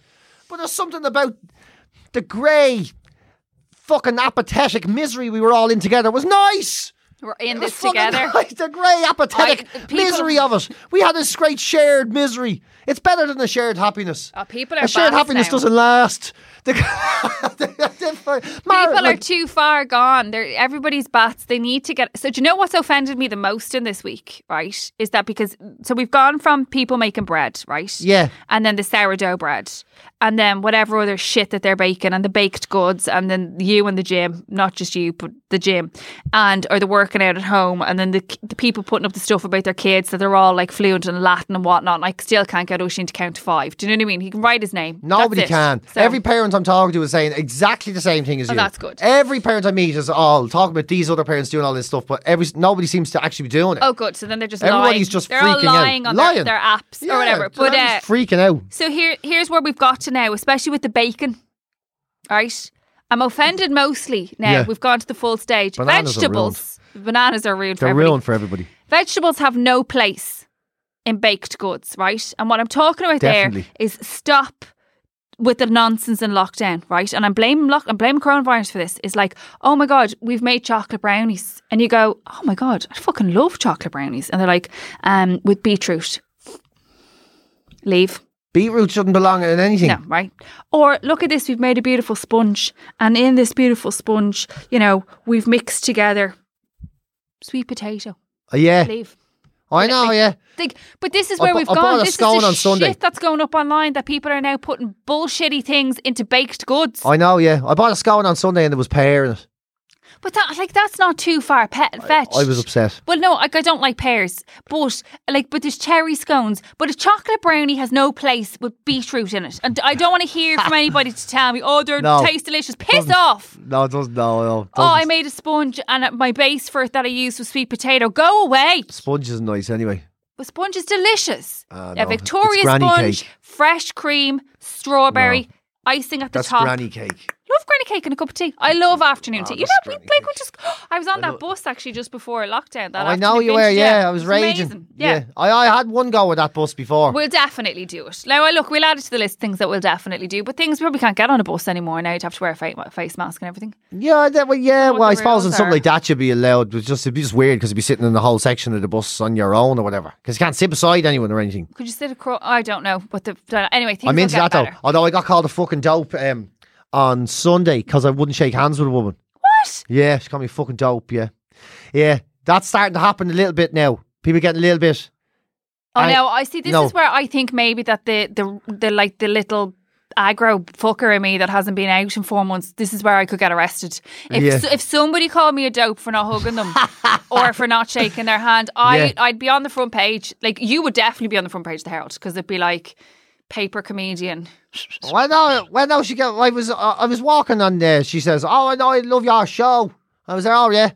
But there's something about the grey, fucking apathetic misery we were all in together was nice.
we're in
It was
this
fucking [LAUGHS]
together.
nice, the grey apathetic
I- people-
misery of it. We had this great shared misery. It's better than the shared happiness.
Oh, people are
a shared
bats
happiness
now.
doesn't last. [LAUGHS] The, the-
People are
like-
too far gone. They're everybody's bats. They need to get. So do you know what's offended me the most in this week? Right, is that because so we've gone from people making bread, right?
Yeah.
and then the sourdough bread, and then whatever other shit that they're baking, and the baked goods, and then you and the gym, not just you, but the gym, and or the working out at home, and then the k- the people putting up the stuff about their kids that they're all like fluent in Latin and whatnot. And I still can't get Ocean to count to five. Do you know what I mean? He can write his name. That's
Nobody
it.
can.
So-
Every parent I'm talking to is saying exactly the same thing as
Oh,
you.
that's good.
Every parent I meet is all talking about these other parents doing all this stuff, but every nobody seems to actually be doing it.
Oh, good. So then they're just
Everybody's
lying.
just
they're
freaking
all lying
out.
on
Lying.
Their, their apps
Yeah,
or whatever.
so
But
I'm
uh,
just freaking out.
so here, here's where we've got to now, especially with the bacon. Right, I'm offended mostly now.
Yeah.
We've gone to the full stage.
Bananas are
Vegetables, bananas are ruined.
They're
for everybody.
ruined for everybody.
Vegetables have no place in baked goods, right? And what I'm talking about
Definitely.
there is stop with the nonsense in lockdown, right? And I'm blaming lock- I'm blaming coronavirus for this. Is like, oh my god, we've made chocolate brownies, and you go, oh my god, I fucking love chocolate brownies, and they're like, um, with beetroot, leave.
Beetroot shouldn't belong in anything.
No, right? Or look at this, we've made a beautiful sponge. And in this beautiful sponge, you know, we've mixed together sweet potato.
Uh, yeah,
Leave.
I know. Yeah,
Like, but this is
I
where
bu-
we've
I bought
gone.
a
This
scone
is the
on Sunday.
shit that's going up online that people are now putting bullshitty things into baked goods.
I know. Yeah, I bought a scone on Sunday and there was pear in it.
but that, like, that's not too far pet fetched.
I was upset.
Well, no, like I don't like pears, but like, but there's cherry scones. But a chocolate brownie has no place with beetroot in it, and I don't want to hear
[LAUGHS]
from anybody to tell me, oh, they're
No.
taste delicious. Piss off.
No, it doesn't. No, no.
Oh, I made a sponge, and my base for it that I used was sweet potato. Go away.
sponge is nice anyway.
The sponge is delicious.
Ah,
a
no.
Victoria
It's granny
sponge,
cake.
fresh cream, strawberry, icing at the
That's
top.
granny cake.
Love granny cake and a cup of tea. I love afternoon tea. You
that's
know, we,
granny
like we
cake. Oh,
just I was on that bus actually just before lockdown. That
I know
afternoon
you
binge
were, yeah.
gym.
I was
It's
raging.
amazing. Yeah.
I, I had one go with that bus before.
We'll definitely do it. Now, I look, we'll add it to the list things that we'll definitely do, but things we probably can't get on a bus anymore. Now you'd have to wear a fa- face mask and everything.
yeah, that, well, yeah.
What
Well,
the
I suppose in
rules
something
are.
like that you'd be allowed. It's just it'd be just weird because you'd be sitting in the whole section of the bus on your own or whatever. Because you can't sit beside anyone or anything.
Could you sit across? I don't know. But the anyway, things
I'm
will
into
get
that though.
better.
Although I got called a fucking dope um, on Sunday because I wouldn't shake hands with a woman.
What?
Yeah, she called me fucking dope. Yeah, yeah. That's starting to happen a little bit now. People getting a little bit.
Oh
I-
no, I see. This
no.
is where I think maybe that the the the like the little aggro fucker in me that hasn't been out in four months. This is where I could get arrested. If
Yeah.
so- if somebody called me a dope for not hugging
[LAUGHS]
them or for not shaking their hand, I
Yeah.
I'd be on the front page. Like you would definitely be on the front page of the Herald because it'd be like paper
[LAUGHS]
comedian.
Well, no, well, no. She got. I was. Uh, I was walking, and uh, she says, "Oh, I know. I love your show." I was there. Oh, yeah.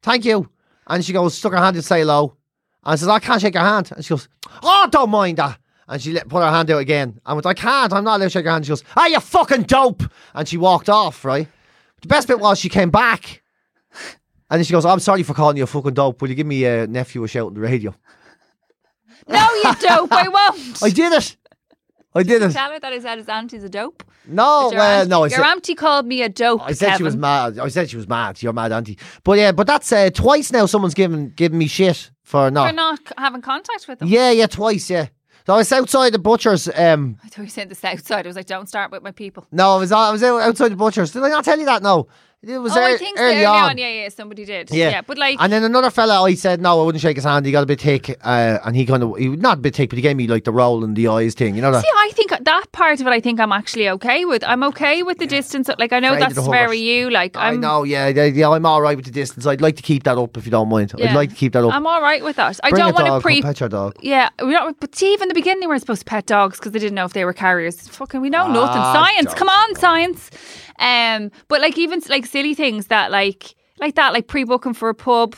Thank you. And she goes, stuck her hand to say hello. And I says, "I can't shake your hand." And she goes, "Oh, don't mind that." And she let, put her hand out again. I went, "I can't. I'm not allowed to shake your hand." She goes, "Ah, you fucking dope." And she walked off. Right. The best bit was she came back, and then she goes, "I'm sorry for calling you a fucking dope. Will you give me a uh, nephew a shout on the radio?"
No, you dope. I won't.
I did it. I did it.
Tell her that I said his auntie's a dope.
No,
Your
Oh, well,
aunt-
no. I
your
said-
auntie called me a dope.
I said she was
Kevin.
mad. I said she was mad. You're mad, auntie. But yeah, but that's uh, twice now. Someone's given given me shit for not.
We're not c- having contact with them.
yeah, yeah, twice. Yeah. So I was outside the butcher's. Um,
I thought you said the south side. I was like, don't start with my people.
no, I was I was out- outside the butcher's. Did I not tell you that? No, it was
oh,
ear-
I think so,
early, on.
Yeah, yeah, somebody did.
Yeah.
Yeah, but like,
and then another fella, I said no, I wouldn't shake his hand. He got a bit thick, uh, and he kind of he not a bit thick, but he gave me like the roll and the eyes thing. You know that?
see, I think that part of it, I think I'm actually okay with. I'm okay with the distance. Like, I know
Afraid of
that's
the
very
huggers.
you. Like,
I
I'm,
know. Yeah, yeah, yeah, I'm all right with the distance. I'd like to keep that up if you don't mind. I'd
yeah.
like to keep that up.
I'm all right with that. I
Bring
don't
a
want to
dog,
pre.
Come pet your dog.
Yeah, we don't, but see, even in the beginning, they weren't supposed to pet dogs because they didn't know if they were carriers. Fucking, we know nothing.
Ah,
Science,
dogs
come on, science. Um, but like even like silly things that like like that, like pre-booking for a pub.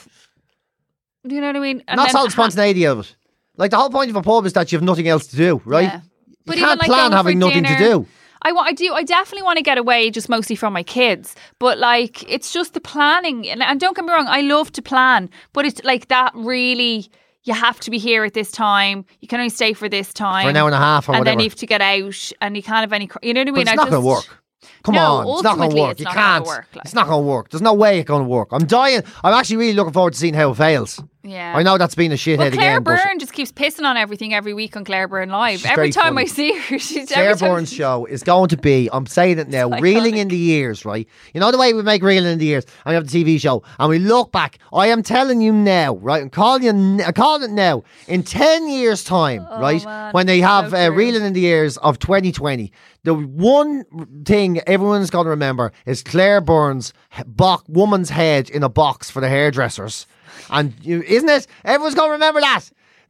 Do you know what I mean? And
Not
then-
solid spontaneity of it. Like the whole point of a pub is that you have nothing else to do, right?
Yeah.
You
But even,
can't
like, going
plan
for
having nothing to
dinner-
do.
I want. I do. I definitely want to get away, just mostly from my kids. But like, it's just the planning. And, and don't get me wrong, I love to plan, but it's like that really. You have to be here at this time. You can only stay for this time
an hour and a half or
and
whatever.
then you have to get out, and you can't have any. cr- You know what I mean?
But it's
I
not going
just-
to work. Come
No,
on, it's not going to
ultimately
work.
it's
you
not gonna
can't.
work, like-
It's not going to work. There's no way it's going to work. I'm dying. I'm actually really looking forward to seeing how it fails.
Yeah.
I know that's been a shithead
Well, Claire
again, but
Byrne just keeps pissing on everything every week on Claire Byrne Live.
She's very
every time I
funny.
see her, [LAUGHS] she's
Claire
every time-
Byrne's show is going to be, I'm saying it now,
It's
reeling
iconic.
in the years, right? You know the way we make reeling in the years, and we have the TV show, and we look back. I am telling you now, right? I'm calling you, n- I'm calling it now. In ten years' time, right,
Oh, man,
when they
so
have uh,
true.
reeling in the years of 2020, the one thing everyone's going to remember is Claire Byrne's he- bo- woman's head in a box for the hairdressers, and you, isn't it? Everyone's going to remember that.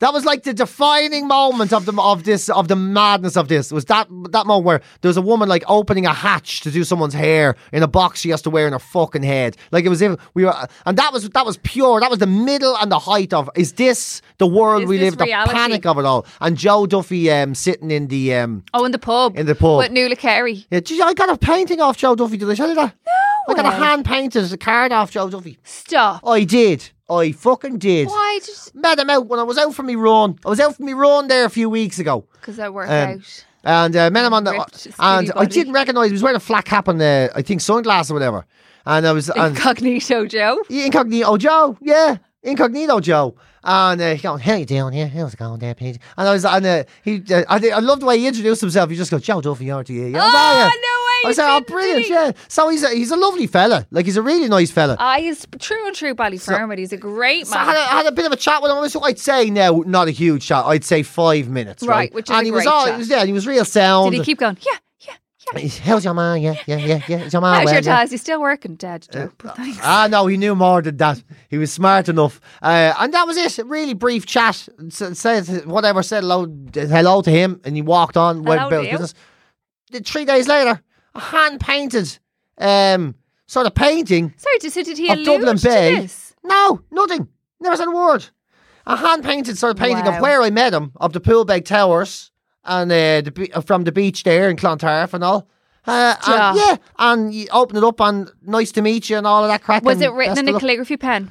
That was like the defining moment of the of this of the madness of this. It was that that moment where there was a woman like opening a hatch to do someone's hair in a box she has to wear in her fucking head. Like it was if we were, and that was that was pure. That was the middle and the height of. Is this the world
Is
we
this
live? The
reality?
panic of it all. And Joe Duffy um, sitting in the. Um,
Oh, in the pub.
In the pub.
With Nuala Carey.
yeah, gee, I got a painting off Joe Duffy. Did I tell you that? No. I got a
way.
hand painted card off Joe Duffy.
Stop.
I did. I fucking did.
Why? Just
Mad him out when I was out for me run. I was out for me run there a few weeks ago.
because I work
Um,
out.
And uh, met him on the
Ripped, skinny
and I
body.
didn't recognise he was wearing a flat cap and uh, I think sunglasses or whatever. And I was and
Incognito Joe.
incognito Joe, yeah, incognito Joe. And uh, he going, how you doing? Yeah, how's it going there, Pete? And I was and uh, he, uh, I, think- I love the way he introduced himself. He just goes, Joe Duffy, RTA. Yeah,
Oh, no way,
yeah. I was
you
like, oh,
didn't, did
brilliant,
he?
yeah. So he's a, he's a lovely fella. Like he's a really nice fella.
I is Ah, true and true Ballyfermot. He's a great
So I had,
man.
a, I had a bit of a chat with him. That's what I'd say now, not a huge chat. I'd say five minutes, right?
Right, which is
and
a
he was
great
all,
chat.
he was- yeah, and he was real sound.
Did he keep going? Yeah, yeah, yeah.
He's, How's your man? Yeah, yeah, yeah, yeah. Is your
[LAUGHS]
man
How's
Oh,
your
well? Yeah.
dad's? He's still working, Dad. Dope. Thanks.
Ah, no, he knew more than that. He was smart enough. Uh, and that was it. A really brief chat. S- said whatever, said hello, d- hello to him, and he walked on, went
Hello
about
to
his
you.
business. Th- Three days later, a hand painted um, sort of painting
Sorry, so did he
of
allude
Dublin
to
Bay.
this?
No, nothing. Never said a word. A hand painted sort of painting of
Wow.
where I met him, of the Poolbeg Towers and uh, the be- uh, from the beach there in Clontarf and all. Uh,
Yeah.
and, yeah, and you open it up and nice to meet you and all of that crap.
Was
and
it written
best
in
of
a
luck.
calligraphy pen?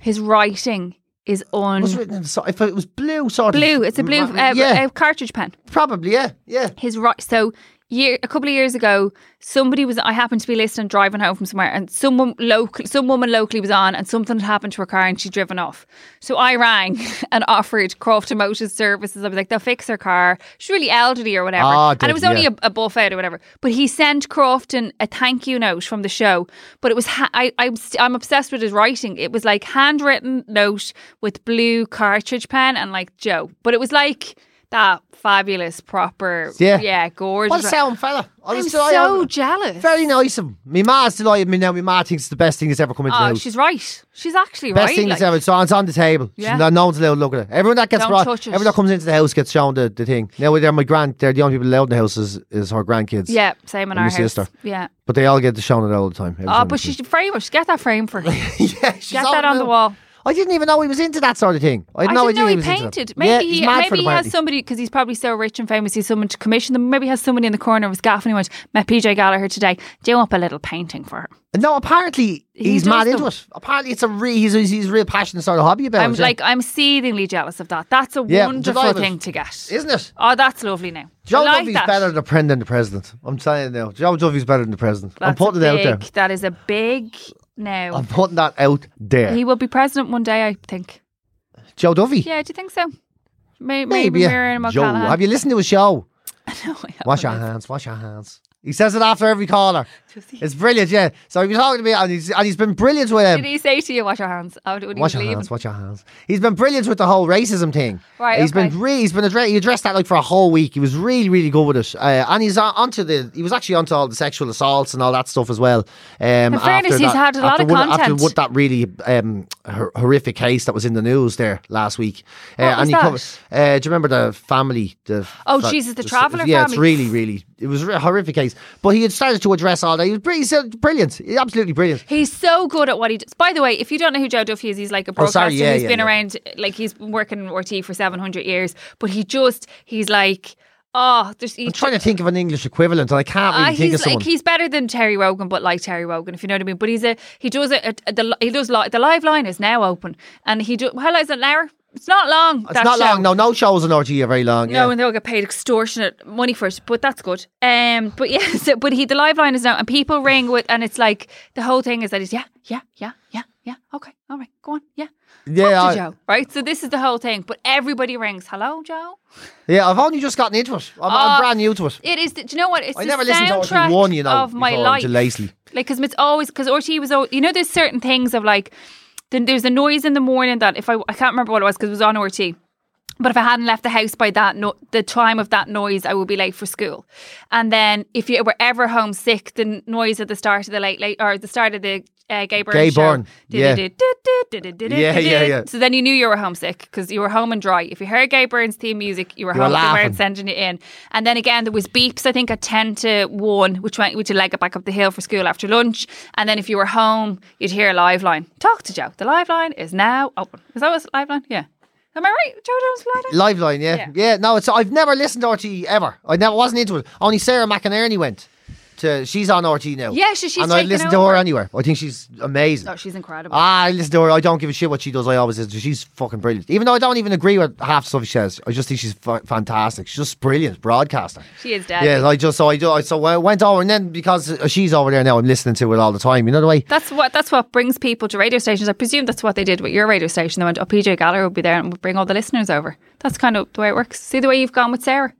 His writing is on
It was written in so if it was blue sort of
blue. It's a blue uh,
yeah,
uh, cartridge pen.
probably yeah, yeah.
[COUGHS] his right. So year a couple of years ago, somebody was. I happened to be listening driving home from somewhere, and someone local, some woman locally was on, and something had happened to her car, and she'd driven off. So I rang [LAUGHS] and offered Croft Motors services. I was like, they'll fix her car. She's really elderly or whatever,
Ah,
and
did
it was only
ya.
a, a buffet or whatever. But he sent Crofton a thank you note from the show. But it was ha- I, I'm st- I'm obsessed with his writing. It was like handwritten note with blue cartridge pen and like Joe. But it was like. That fabulous, proper,
Yeah.
yeah, gorgeous.
What a sound fella! I
I'm
was
so
delighted.
jealous.
Very nice of him. My ma's delighted me now. My ma thinks it's the best thing that's ever come into the
oh,
house.
she's right. She's actually
Best
right.
thing
like,
that's ever. So it's on the table.
Yeah.
Yeah. No, no one's allowed to look at it. Everyone that gets
Don't
brought,
touch it.
everyone that comes into the house gets shown the, the thing. Now they're my grand. They're the only people allowed in the house is, is her grandkids.
yeah, same in
And
our
my
house.
sister.
Yeah.
But they all get to shown it all the time. every
Oh,
single
but she should frame her. She get that frame for her.
time. [LAUGHS] yeah, she's
Get that on the
about-
wall.
I didn't even know he was into that sort of thing. I had
I
no
didn't
idea
know he
was into that.
painted.
yeah,
Maybe
he's
he,
mad for
maybe
the
he has
party.
somebody because he's probably so rich and famous. He's someone to commission them. Maybe he has somebody in the corner of his gaff, and he went, "Met PJ Gallagher today. Do you want a little painting for her?"
No, apparently
He
he's
does
mad
them.
into it. Apparently it's a re- he's, he's, he's a real passionate sort of hobby about
I'm
it. yeah.
like, I'm seethingly jealous of that. That's a
Oh, Yeah,
wonderful
delighted.
thing to get,
isn't it?
Oh, that's lovely. Now,
Joe
I like
Duffy's
that.
better than the, than the president. I'm telling you now. Joe Duffy's better than the president. I'm
That's a
putting it out there. Oh,
big- That is a big now.
I'm putting that out there.
He will be president one day, I think.
Joe Duffy.
Yeah, do you think so? May-
Maybe.
maybe Miriam
Joe,
O'Callaghan. [LAUGHS]
have you listened to his show?
No, I haven't.
Wash your hands, wash your hands. He says it after every caller. It's brilliant, yeah. So he was talking to me and he's, and he's been brilliant with
Did
him.
he say to you, wash your hands? Oh, when he
Wash
was
your
leaving?
hands, wash your hands. He's been brilliant with the whole racism thing.
Right,
He's
okay.
been really, he's been addressed, he addressed that like for a whole week. He was really, really good with it. Uh, and he's on, onto the, he was actually onto all the sexual assaults and all that stuff as well. Um,
In fairness, he's had a lot
after
of
one- After
content.
what that really um, hor- horrific case that was in the news there last week. Uh,
What was
and he
that?
covers- uh, do you remember the family? The
Oh,
fa-
Jesus, the
s-
Traveller
Yeah, it's
family.
really, really, it was a horrific case. But he had started to address all that. He was br- he's, uh, brilliant, He's absolutely brilliant.
He's so good at what he does. By the way, if you don't know who Joe Duffy is, he's like a broadcaster.
Oh, sorry,
He's
yeah, yeah,
been
yeah.
around, like he's been working in RT for 700 years, but he just, he's like, oh, there's, he's
I'm trying to think of an English equivalent, and I can't really
Uh,
think of
he's
someone.
like he's better than Terry Rogan, but like Terry Rogan, if you know what I mean. But he's a he does a, a, a the, li- he does li- the live line is now open, and he do how long is it an hour? It's not long.
it's not long.
No,
No, no shows on RT are very long.
no,
yeah.
and they'll get paid extortionate money for it, but that's good. Um, but yeah, [LAUGHS] so, but he the live line is now, and people ring with, and it's like the whole thing is that it's yeah, yeah, yeah, yeah, yeah. Okay, all right, go on, yeah.
Yeah,
Talk
I-
to Joe, right? So this is the whole thing, but everybody rings. Hello, Joe.
yeah. I've only just gotten into it. I'm,
Oh,
I'm brand new to it.
It is. The, do you know what? It's
I
the
never listened to
soundtrack
RT one, you know,
of my
before I went
life.
to Lacey.
Like, because it's always because RT was always. You know, there's certain things of like, then there's a noise in the morning that if I I can't remember what it was because it was on RT. But if I hadn't left the house by that no- the time of that noise, I would be late for school. And then if you were ever homesick, the n- noise at the start of the late late or the start of the uh, Gay Byrne
Gay
show.
Byrne, yeah.
Yeah,
Yeah, yeah, yeah.
So then you knew you were homesick because you were home and dry. If you heard Gay Byrne's theme music, you were
You were
home. They
laughing.
weren't sending you in. And then again, there was beeps. I think at ten to one, which went which you leg it back up the hill for school after lunch. And then if you were home, you'd hear a live line. Talk to Joe. The live line is now open. Is that what live line? Yeah. Am I right? Joe Jones live line.
Live line, yeah.
Yeah.
yeah, No, it's I've never listened to RT ever. I never wasn't into it. Only Sarah McInerney went to. She's on RT now.
Yeah, she- she's
and I
taken
listen to
over.
her anywhere. I think she's amazing.
Oh, she's incredible.
Ah, I listen to her. I don't give a shit what she does. I always listen to her. She's fucking brilliant. Even though I don't even agree with half the stuff she says, I just think she's fa- fantastic. She's just brilliant broadcaster.
She is deadly.
Yeah, I just so I do. I, so I went over and then because uh, she's over there now, I'm listening to it all the time. You know the way.
That's what that's what brings people to radio stations. I presume that's what they did with your radio station. They went, "Oh, PJ Gallagher will be there and we'll bring all the listeners over." That's kind of the way it works. See the way you've gone with Sarah.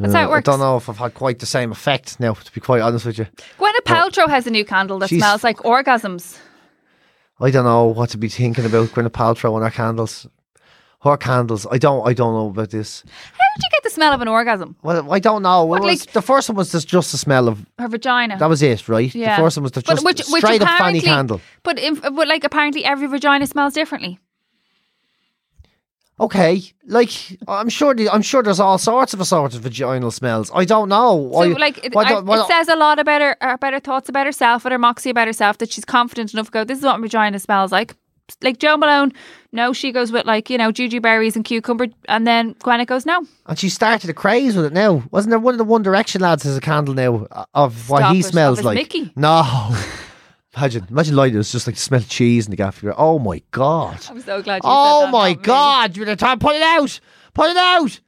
That's how it
Uh, I
works.
don't know if I've had quite the same effect now. To be quite honest with you,
Gwyneth Paltrow has a new candle that
She's-
smells like orgasms.
I don't know what to be thinking about Gwyneth Paltrow and her candles. Her candles. I don't. I don't know about this.
How did you get the smell of an orgasm?
Well, I don't know. It
What,
was-
like-
the first one was just, just the smell of.
Her vagina.
That was it, right?
Yeah.
The first one was the
But
just straight up fanny
apparently-
candle.
But if, but like apparently every vagina smells differently.
Okay, like I'm sure. The, I'm sure there's all sorts of assorted vaginal smells. I don't know.
So
I,
like it,
what
I-
do- what
it
do-
says a lot uh, about her, about her thoughts about herself and her moxie about herself that she's confident enough to go. This is what my vagina smells like. like Joe Malone, no, she goes with like, you know, juju berries and cucumber. And then Gwennet goes, no.
And she started a craze with it now. Wasn't there one of the One Direction lads has a candle now uh, of what
Stop
he
it, of
smells
his
like?
Mickey.
No. [LAUGHS] imagine, imagine lighting it was just like the smell of cheese in the gaff. You're, Oh my God.
I'm so glad you
oh
said that,
my
not me.
God. You're the time. Put it out. Put it out.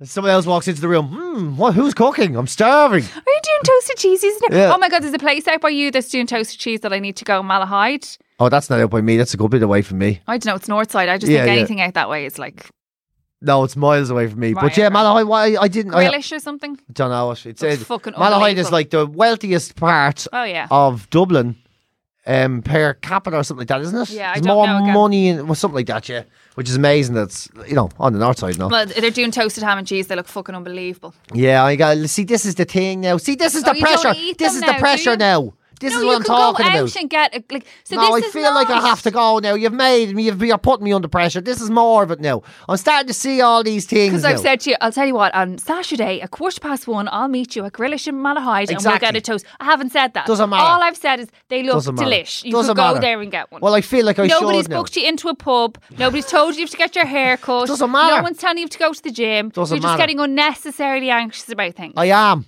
And someone else walks into the room. Hmm, what, who's cooking?
[LAUGHS]
I'm starving.
Are you doing toasted cheesies now?
Yeah.
Oh my God, there's a place out by you that's doing toasted cheese that I need to go in Malahide.
Oh, that's not out by me. That's a good bit away from me.
I don't know, it's Northside. I just
Yeah,
think
yeah.
anything out that way is like
No, it's miles away from me.
Right,
but yeah,
right.
Malahide, why- I, didn't. I,
Grealish or something.
don't know. what It's,
That's
uh,
fucking
Malahide is
unbelievable.
like the wealthiest part
Oh yeah.
of Dublin um, per capita or something like that, isn't it?
Yeah, I
There's
don't
more
know again.
money in, well, something like that, yeah. Which is amazing. That's you know on the north side now.
Well, they're doing toasted ham and cheese. They look fucking unbelievable.
yeah, I got. See, this is the thing now. See, this is
Oh,
the
you don't
pressure.
eat
This
them
is
now,
the
do
pressure
you?
now. This
no,
is
you
what I'm
can
talking
go out
about.
and get a, like. So
no, I
this is
feel like I
not-
have to go now. You've made me. You've you're putting me under pressure. This is more of it now. I'm starting to see all these things.
Because I've
now.
said to you, I'll tell you what, on Saturday at quarter past one, I'll meet you at Grillish in Malahide and we'll
Exactly.
get a toast. I haven't said that.
Doesn't matter.
All I've said is they look
Doesn't matter.
delish. You could
Doesn't
go
matter.
there and get one.
Well, I feel like I
Nobody's
should now.
booked you into a pub. Nobody's told you you have to get your hair cut.
Doesn't matter.
No one's telling you you have to go to the gym.
Doesn't
You're just
matter.
getting unnecessarily anxious about things.
I am.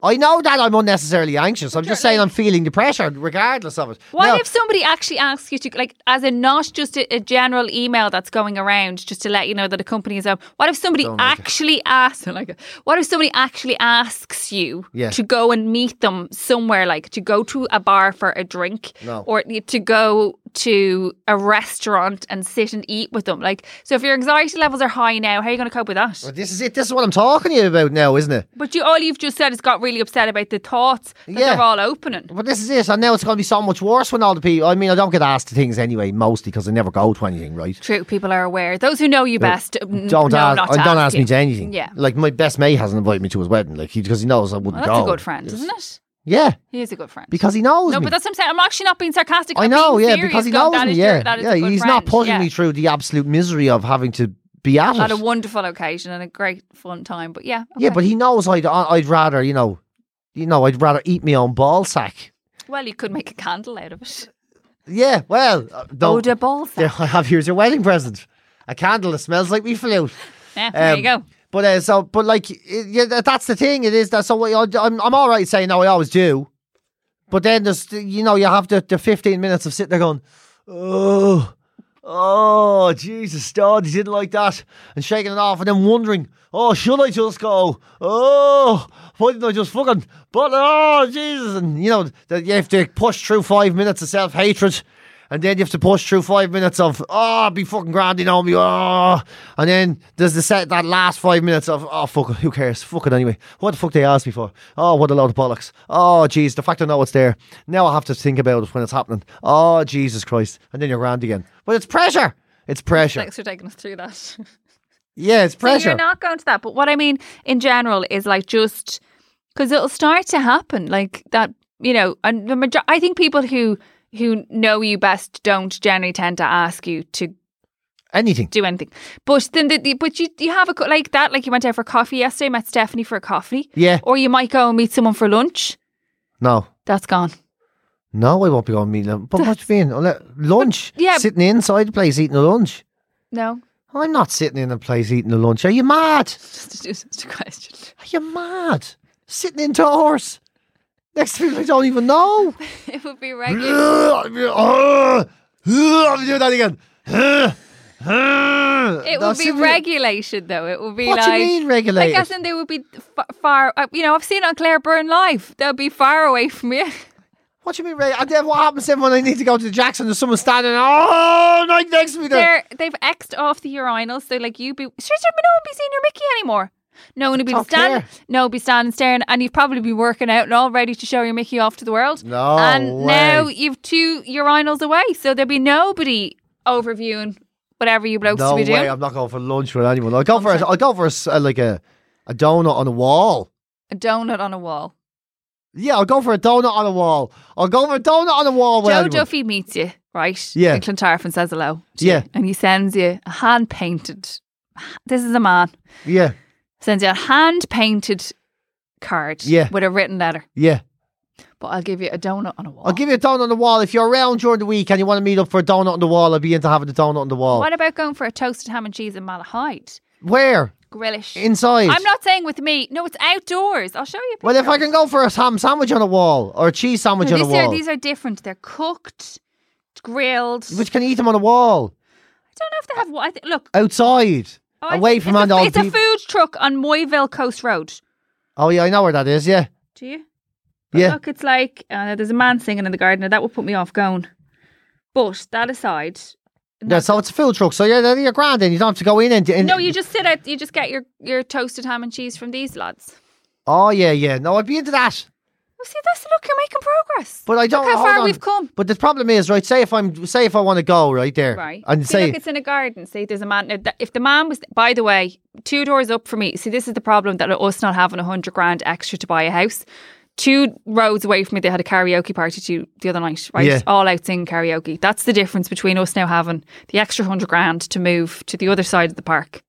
I know that I'm unnecessarily anxious. I'm just
you're-
saying I'm feeling the pressure, regardless of it.
What
Now-
if somebody actually asks you to, like, as in not just a, a general email that's going around just to let you know that a company is up? What if somebody
like it.
actually asks, don't [LAUGHS] like it. what if somebody actually asks you
Yeah.
to go and meet them somewhere, like to go to a bar for a drink
No.
or to go to a restaurant and sit and eat with them? Like, so if your anxiety levels are high now, how are you going to cope with that?
But this is it. This is what I'm talking to you about now, isn't it?
But you, all you've just said is got really upset about the thoughts that
Yeah.
they're all opening.
But this is it. And now it's going to be so much worse when all the people. I mean, I don't get asked to things anyway, mostly because I never go to anything, right?
True, people are aware. Those who know you best n-
Don't
know
ask.
not
I
to
don't ask,
ask you.
me to anything.
Yeah.
Like my best mate hasn't invited me to his wedding, like he because he knows I wouldn't
Well, that's a
go.
good friend, isn't it?
Yeah,
He is a good friend.
because he knows
no,
me.
but that's what I'm saying. I'm actually not being sarcastic.
I
I'm
know.
being
Yeah,
serious,
because he
going,
knows
that
me.
is your-
yeah,
that is
yeah.
a good
He's not
friend,
putting
yeah.
me through the absolute misery of having to be at
Had
it.
a wonderful occasion and a great fun time, but yeah,
Yeah,
okay.
but he knows I'd I'd rather you know, you know I'd rather eat my own ball sack.
well, you could make a candle out of
[LAUGHS]
it.
Yeah, well, uh,
Oh,
don't.
the balls.
There [LAUGHS] I have here's your wedding present, a candle that smells like me flute.
Yeah, there
Um,
you go.
But uh, so, but like, it, yeah, that- that's the thing. It is that. So I, I'm I'm all right saying no, I always do. But then there's the- you know you have the, the 15 minutes of sitting there going, oh, oh, Jesus, God, he didn't like that, and shaking it off, and then wondering, oh, should I just go? Oh, why didn't I just fucking? But oh, Jesus, and you know that you have to push through five minutes of self hatred. And then you have to push through five minutes of oh, it'd be fucking grand, you know me, oh, and then there's the set that last five minutes of oh, fuck, it, who cares, fuck it anyway. What the fuck they asked me for? Oh, what a load of bollocks. Oh, jeez, the fact I know it's there. Now I have to think about it when it's happening. Oh, Jesus Christ, and then you're grand again. But it's pressure. It's pressure.
Thanks for taking us through that. [LAUGHS]
Yeah, it's
So
pressure.
You're not going to that. But what I mean in general is like just because it'll start to happen, like that. You know, and the major- I think people who who know you best don't generally tend to ask you to
Anything.
do anything. But then, the, the, but you you have a co- like that. Like you went out for coffee yesterday, met Stephanie for a coffee.
Yeah.
Or you might go and meet someone for lunch.
No.
That's gone.
No, I won't be going to meet them. But what do you mean? Unle- Lunch.
yeah.
Sitting inside the place eating a lunch.
No, [LAUGHS]
I'm not sitting in a place eating a lunch. Are you mad?
just a, just a question.
Are you mad? Sitting indoors. Next to people I don't even know.
[LAUGHS] It would be regular.
I'll do that again.
It would be regulated, though. It would be
What
like.
do you mean
I
regulated?
guess then they would be f- far. uh, You know, I've seen it on Claire Byrne live. They'll be far away from
[LAUGHS]
you.
What do you mean regulated? And then what happens then when I need to go to the Jackson? There's someone standing oh, right next to me there.
They're they've xed off the urinals. So like you be sure, sure, but no one be seeing your Mickey anymore. No one would be
Don't
standing.
care.
No, one be standing staring, and you'd probably be working out and all ready to show your Mickey off to the world.
No
and
way.
now you've two urinals away, so there'll be nobody overviewing whatever you blokes
No
to be
way,
doing.
I'm not going for lunch with anyone. I'll go for a, I'll go for a s uh, like a, a donut on a wall.
A donut on a wall.
Yeah, I'll go for a donut on a wall. I'll go for a donut on a wall with
Joe
anyone.
Duffy meets you, right?
Yeah.
In Clontarfin says hello. to
Yeah.
you, and he sends you a hand painted. This is a man
Yeah,
sends you a hand painted card.
Yeah.
With a written letter.
yeah.
but I'll give you a donut on a wall.
I'll give you a donut on the wall. If you're around during the week and you want to meet up for a donut on the wall, I'll be into having a donut on the wall.
what about going for a toasted ham and cheese in Malahide?
Where?
Grillish.
Inside.
I'm not saying with me. No, it's outdoors. I'll show you. a
Well, if
picture.
I can go for a ham sandwich on a wall or a cheese sandwich
No,
on a
these, are,
wall,
these are different. They're cooked, grilled.
which can eat them on a wall
I don't know if they have. wa- I th- look,
outside,
oh, I
away
think
from
it's
all
a,
the
It's a
people.
food truck on Moyville Coast Road.
Oh yeah, I know where that is. Yeah,
Do you? But
yeah.
Look, it's like uh, there's a man singing in the garden. Now, that would put me off going. But that aside,
yeah so it's a food truck. So yeah, they're your grand, and you don't have to go in and. and
no, you just sit out. You just get your your toasted ham and cheese from these lads.
Oh yeah, yeah. No, I'd be into that,
Well, see, that's look, you're making progress.
but I don't.
Look how
hold
far
on.
we've come.
But the problem is, right? Say if I'm, say if I want to go right there,
Right.
and
see,
say
look, it's in a garden. See, there's a man. Now, that- If the man was, by the way, two doors up for me. See, this is the problem that us not having a hundred grand extra to buy a house. Two roads away from me, they had a karaoke party to the other night, right?
Yeah.
All out singing karaoke. That's the difference between us now having the extra hundred grand to move to the other side of the park.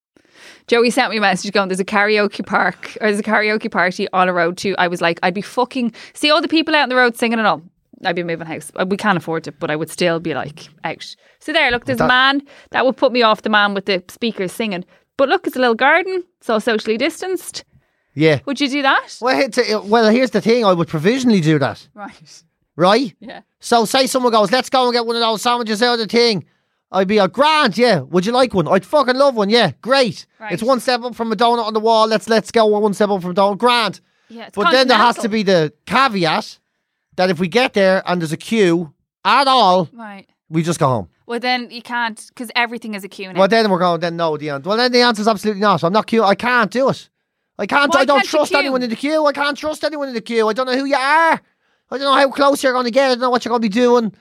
Joey sent me a message going, There's a karaoke park or there's a karaoke party on a road too. I was like, I'd be fucking see all the people out on the road singing and all. I'd be moving house. Uh, We can't afford it, but I would still be like out. So there, look, there's a man that would put me off the man with the speakers singing. But look, it's a little garden, so socially distanced.
yeah.
Would you do that?
Well, it's a, well, here's the thing. I would provisionally do that,
Right.
right?
Yeah.
So say someone goes, let's go and get one of those sandwiches out of the thing. I'd be like, grand, yeah. Would you like one? I'd fucking love one, yeah. Great.
Right.
It's one step up from a donut on the wall. Let's let's go one step up from donut. Grand.
Yeah. It's
But then there has to
continental.
be the caveat that if we get there and there's a queue at all,
Right.
we just go home.
Well then you can't because everything is a Q and A.
Well, then we're going. Then no, the answer. Well, then the answer's absolutely not. I'm not queue. I can't do it. I can't.
Why
I don't
can't you
trust
queue?
anyone in the queue. I can't trust anyone in the queue. I don't know who you are. I don't know how close you're going to get. I don't know what you're going to be doing.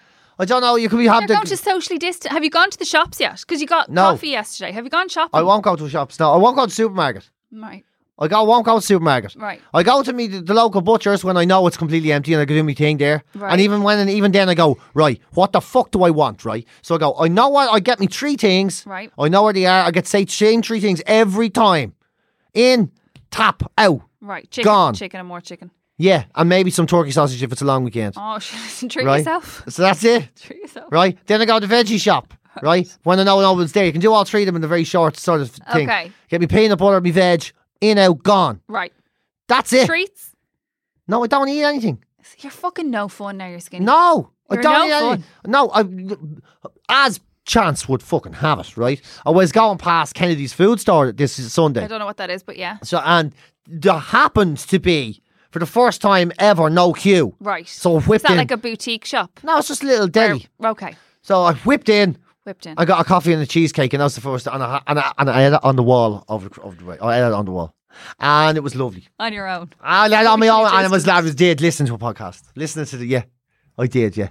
I don't know. You could be having.
They're going to socially distance. Have you gone to the shops yet? Because you got
No.
coffee yesterday. Have you gone shopping?
I won't go to the shops. No, I won't go to the supermarket.
Right.
I go, won't go to the supermarket.
Right.
I go to me the, the local butchers when I know it's completely empty and I can do my thing there.
Right.
And even when and even then I go, right, what the fuck do I want, right? So I go, I know what I get me three things.
Right.
I know where they are. I get say same three things every time. In, tap, out.
Right, chicken,
Gone.
chicken, and more chicken.
Yeah. And maybe some turkey sausage if it's a long weekend.
Oh, [LAUGHS] shit, treat
right.
yourself. [LAUGHS]
So that's it.
Treat yourself.
Right? Then I go to the veggie shop. Right? When I know no one's there. You can do all three of them in a very short sort of thing.
Okay.
Get me peanut butter, me veg, in, out, gone. [COUGHS]
Right,
That's it.
treats.
No, I don't eat anything.
You're fucking no fun now. You're skinny.
No,
You're
I don't
no
eat anything. No, I, as chance would fucking have it, right? I was going past Kennedy's food store this
I
Sunday,
don't know what that is, but yeah.
so and there happened to be for the first time ever no queue.
Right.
So I whipped
is that
in.
like a boutique shop?
no, it's just a little deli.
Okay,
So I whipped in.
whipped in.
I got a coffee and a cheesecake, and that was the first. And I, and I, and I had it on the wall of the, of the way. I had it on the wall, and it was lovely.
On your own.
I had it on my own, and I
Jesus.
was I was did listen to a podcast, listening to the yeah, I did yeah,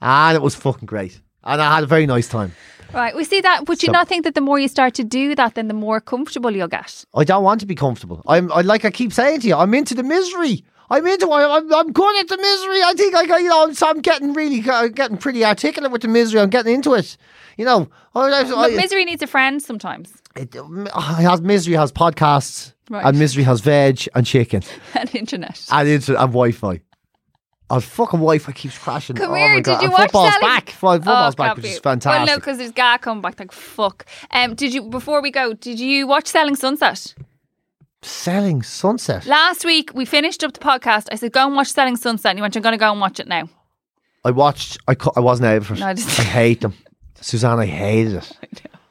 and it was fucking great, and I had a very nice time.
Right, we see that. Would you
So-
not think that the more you start to do that, then the more comfortable you'll get?
I don't want to be comfortable. I'm I like I keep saying to you, I'm into the misery. I'm into I- I'm I'm good at the misery. I think I got- you know I'm, so I'm getting really I'm getting pretty articulate with the misery. I'm getting into it. You know, I, I, I,
But misery needs a friend sometimes. [LAUGHS]
it, I has misery has podcasts
Right.
and misery has veg and chicken
And internet.
and internet and Wi-Fi. Our fucking Wi-Fi keeps crashing.
Come
oh
here,
my
did
God.
you
and
watch
football's
Sally-
back. Well, Football's
Oh,
back,
can't
which
be.
is
Well, no,
fantastic.
because there's guy come back like fuck. Um, did you before we go? Did you watch Selling Sunset?
Selling sunset.
Last week we finished up the podcast. I said, "Go and watch Selling Sunset." And you went, "I'm going to go and watch it now." [LAUGHS]
I watched. I cou- I wasn't able for it.
No, I
I
just-
hate them, Suzanne. I
[LAUGHS]
hated it.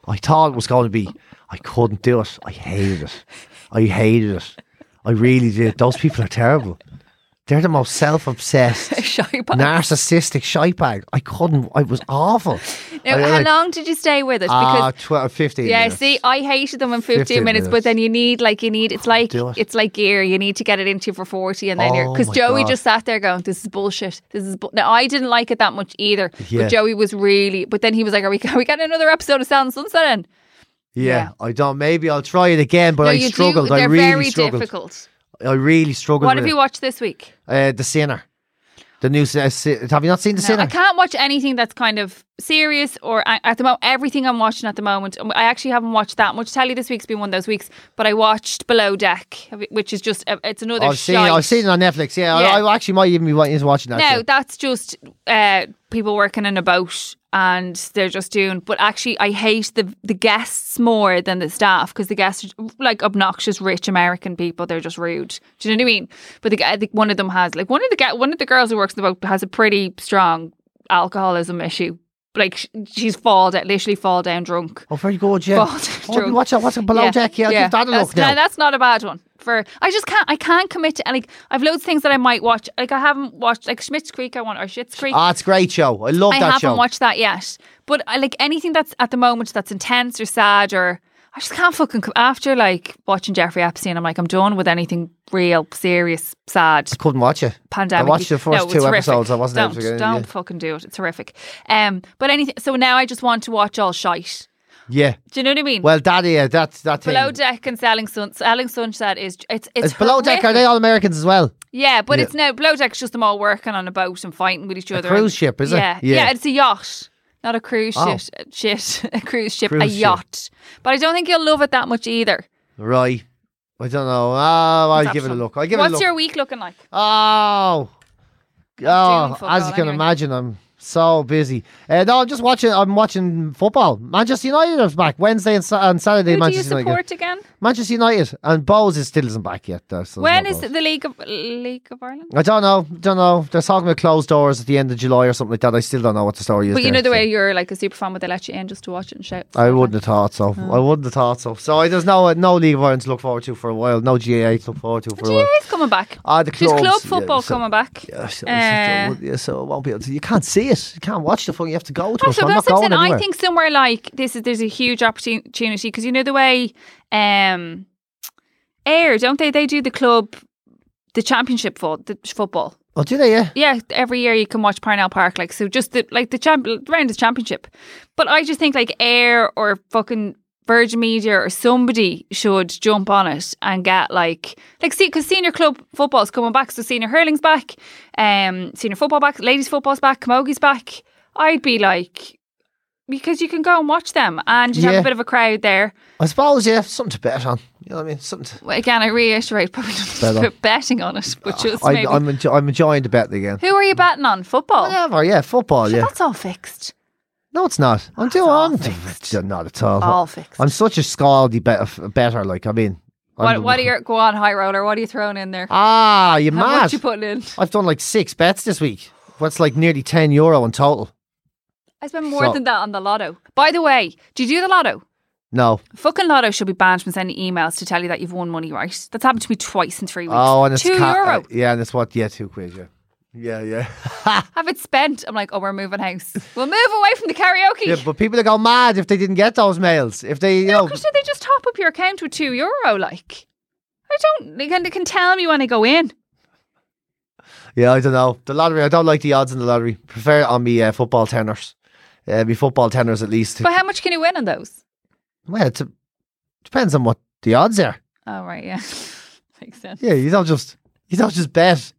I, thought it was going to be. I couldn't do it. I hated it. I hated it. I really did. Those people are terrible. They're the
[LAUGHS]
most self-obsessed,
Shy box.
narcissistic shitebag. I couldn't. I was awful.
Now,
I,
how
like,
long did you stay with us?
Ah,
Because
12, 15
yeah,
minutes.
see, oh, I hated them in fifteen
15
minutes, but
minutes. Oh,
then you need like you need it's like
do it.
it's like gear. You need to get it into for forty, and then you're
Oh
because
my
Joey
God.
just sat there going, "This is bullshit. This is." Bu-. Now I didn't like it that much either,
Yeah.
but Joey was really. But then he was like, "Are we [LAUGHS] are we getting another episode of Selling Sunset?" In?
Yeah, I don't. Maybe I'll try it again, but
No,
I
you do-
struggled. I
They're
really
very
struggled.
difficult.
I really struggled.
What
with
have
it.
you watched this week?
Uh, the Sinner. The new. Sin- uh, Si- have you not seen the
No,
Sinner?
I can't watch anything that's kind of serious or a- at the moment everything I'm watching at the moment. um, I actually haven't watched that much telly this week's been one of those weeks, but I watched Below Deck, which is just a, it's another.
I've seen,
shite.
I've seen it on Netflix. Yeah,
Yeah.
I, I actually might even be wanting to watch that.
No,
shit.
that's just uh, people working in a boat and they're just doing. But actually, I hate the the guests more than the staff because the guests are like obnoxious, rich American people. They're just rude. Do you know what I mean? But the, guy- I think one of them has like one of the ga- one of the girls who works in the boat has a pretty strong alcoholism issue. Like sh- she's fall down, literally fall down drunk.
Oh, very good.
[LAUGHS]
Yeah.
Fall down
Oh,
drunk.
watch that. What's it below deck? Yeah, give that a
that's,
look now.
no, that's not a bad one. For I just can't I can't commit to and like I've loads of things that I might watch. Like I haven't watched like Schmidt's Creek I want or Schitt's Creek.
Ah, it's a great show. I love
I
that
haven't
show.
watched that yet. But I like anything that's at the moment that's intense or sad or I just can't fucking co- after like watching Jeffrey Epstein I'm like I'm done with anything real serious sad
Couldn't watch it.
pandemic.
I watched the
no,
first two
it's horrific.
episodes. I wasn't
don't,
able to get into
Don't
it.
fucking do it. It's horrific. Um but anything so now I just want to watch all shite.
Yeah.
Do you know what I mean?
Well, that yeah, that's that thing.
Below deck and selling sun, selling sunset is it's it's,
it's
[LAUGHS]
below deck. Are they all Americans as well?
Yeah, but
Yeah.
it's no below deck's just them all working on a boat and fighting with each other.
cruise
and-
ship, is it?
Yeah,
Yeah.
yeah, it's a yacht, not a cruise
Oh.
ship. uh, Shit, [LAUGHS] a cruise ship, a
Cruise ship.
yacht. But I don't think you'll love it that much either.
Right. I don't know. Oh, I'll
It's
give it a
optional.
look. I'll give
What's
it a look.
your week looking like?
Oh,
doing
oh!
football
As you can
anyway.
imagine, I'm so busy. Uh, no, I'm just watching. I'm watching football. Manchester United is back Wednesday and, Sa- and Saturday.
Who do you
Manchester United.
support again?
Manchester United and Bowes is still isn't back yet. Though, so there's
When
no
is
Bowes.
it the League of League of Ireland?
I don't know. Don't know. They're talking about closed doors at the end of July or something like that. I still don't know what the story is.
But you
there,
know the
so.
way you're like a super fan, would they let you in just to watch it and shout?
I wouldn't have thought so.
Oh.
I wouldn't have thought so. So I, there's no no League of Ireland to look forward to for a while. No GAA to look forward to for a
Yeah,
while.
it's coming back.
Ah, the
There's
clubs,
club
yeah,
football
so-
coming back.
Yeah, so,
Uh,
it's just, yeah, so I won't be able to. You can't see it. You can't watch the phone. You have to go to it.
Also,
So I'm not
that's what I'm
going
saying.
anywhere.
I think somewhere like this is there's a huge opportunity because you know the way um Air don't they? They do the club, the championship for the football.
oh, do they? Yeah.
Yeah, every year you can watch Parnell Park. Like so, just the like the champ round of championship. But I just think like Air or fucking Virgin Media or somebody should jump on it and get like like see because senior club football's coming back. So senior hurling's back, um, senior football back, ladies football's back, camogies back. I'd be like. Because you can go and watch them, and you have
Yeah.
a bit of a crowd there.
I suppose, yeah, something to bet on. You know what I mean? Something to.
Well, Again, I reiterate, [LAUGHS] probably
Bet
not
on. Oh,
put betting on it, but just
I,
maybe.
I'm, enjo- I'm enjoying the betting again.
Who are you betting on? Football.
Whatever, yeah, football, yeah.
That's all fixed.
No, it's not. I'm too
all
on. [LAUGHS]
fixed.
Not at all.
All fixed.
I'm such a scaldy bet- better, like, I mean.
What,
I'm-
what are your go on high roller? What are you throwing in there? [LAUGHS]
Ah, you
How much
mad.
you putting in?
I've done like six bets this week. What's like nearly 10 euro in total?
I spent more
So-
than that on the lotto. By the way, do you do the lotto?
No.
Fucking lotto should be banned from sending emails to tell you that you've won money, right? That's happened to me twice in three weeks.
Oh, and it's
two
ca-
euro.
uh, yeah, and it's what? Yeah, two quid, yeah. Yeah, yeah. [LAUGHS]
Have it spent. I'm like, oh, we're moving house. We'll move away from the karaoke.
yeah, but people would go mad if they didn't get those mails. If they, you
no,
know.
because they just top up your account with two euro. Like, I don't. They can, they can tell me when I go in.
Yeah, I don't know. The lottery, I don't like the odds in the lottery. Prefer it on me uh, football tenors. Uh, me football tenors at least.
But how much can you win on those?
Well, it's a, depends on what the odds are.
Oh, right, yeah, [LAUGHS] makes sense.
Yeah, you don't just you don't just bet.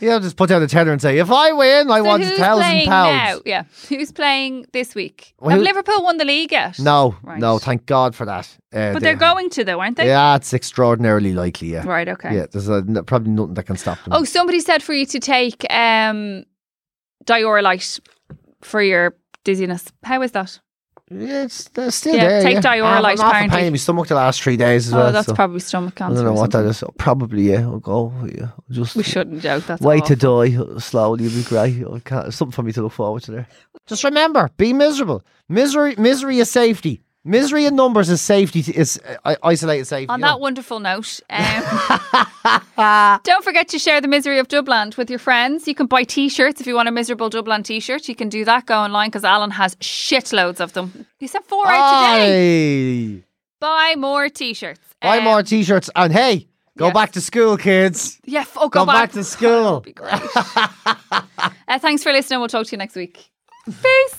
You don't just put down a tenner and say, if I win, I
So
want a
who's
thousand
playing now?
pounds.
Yeah, who's playing this week?
Well,
Have
who-
Liverpool won the league yet?
No,
Right.
no, thank God for that.
but
Uh, they-
they're going to though, aren't they?
Yeah, it's extraordinarily likely. Yeah,
Right. Okay.
yeah. There's a, n- probably nothing that can stop them.
Oh, somebody said for you to take um, Diorolite for your dizziness. How is that?
yeah, it's they're still
Yeah,
there.
take
yeah.
Dior
I've-
lights,
I'm half a pain
apparently.
in my stomach the last three days as
oh,
well.
that's
so
probably stomach
I
cancer.
don't know
or
what that
something.
is. Probably yeah. I'll go. Yeah, I'll just
We shouldn't joke. That's
Way to
awful.
die slowly would be great. I can't- Something for me to look forward to there. Just remember, be miserable. Misery, misery is safety. Misery in numbers is safety. Is uh, i- isolated safety.
On
you know.
that wonderful note, um,
[LAUGHS]
don't forget to share the misery of Dublin with your friends. You can buy t shirts if you want a miserable Dublin t shirt. You can do that. Go online because Alan has shitloads of them. He sent four out today.
Aye.
Buy more t shirts.
Buy
Um,
more t-shirts and hey, go
yes.
back to school, kids.
Yeah, f- oh, go
Go back
[LAUGHS]
to
That'll
school.
be great.
[LAUGHS]
Uh, thanks for listening. We'll talk to you next week. Peace.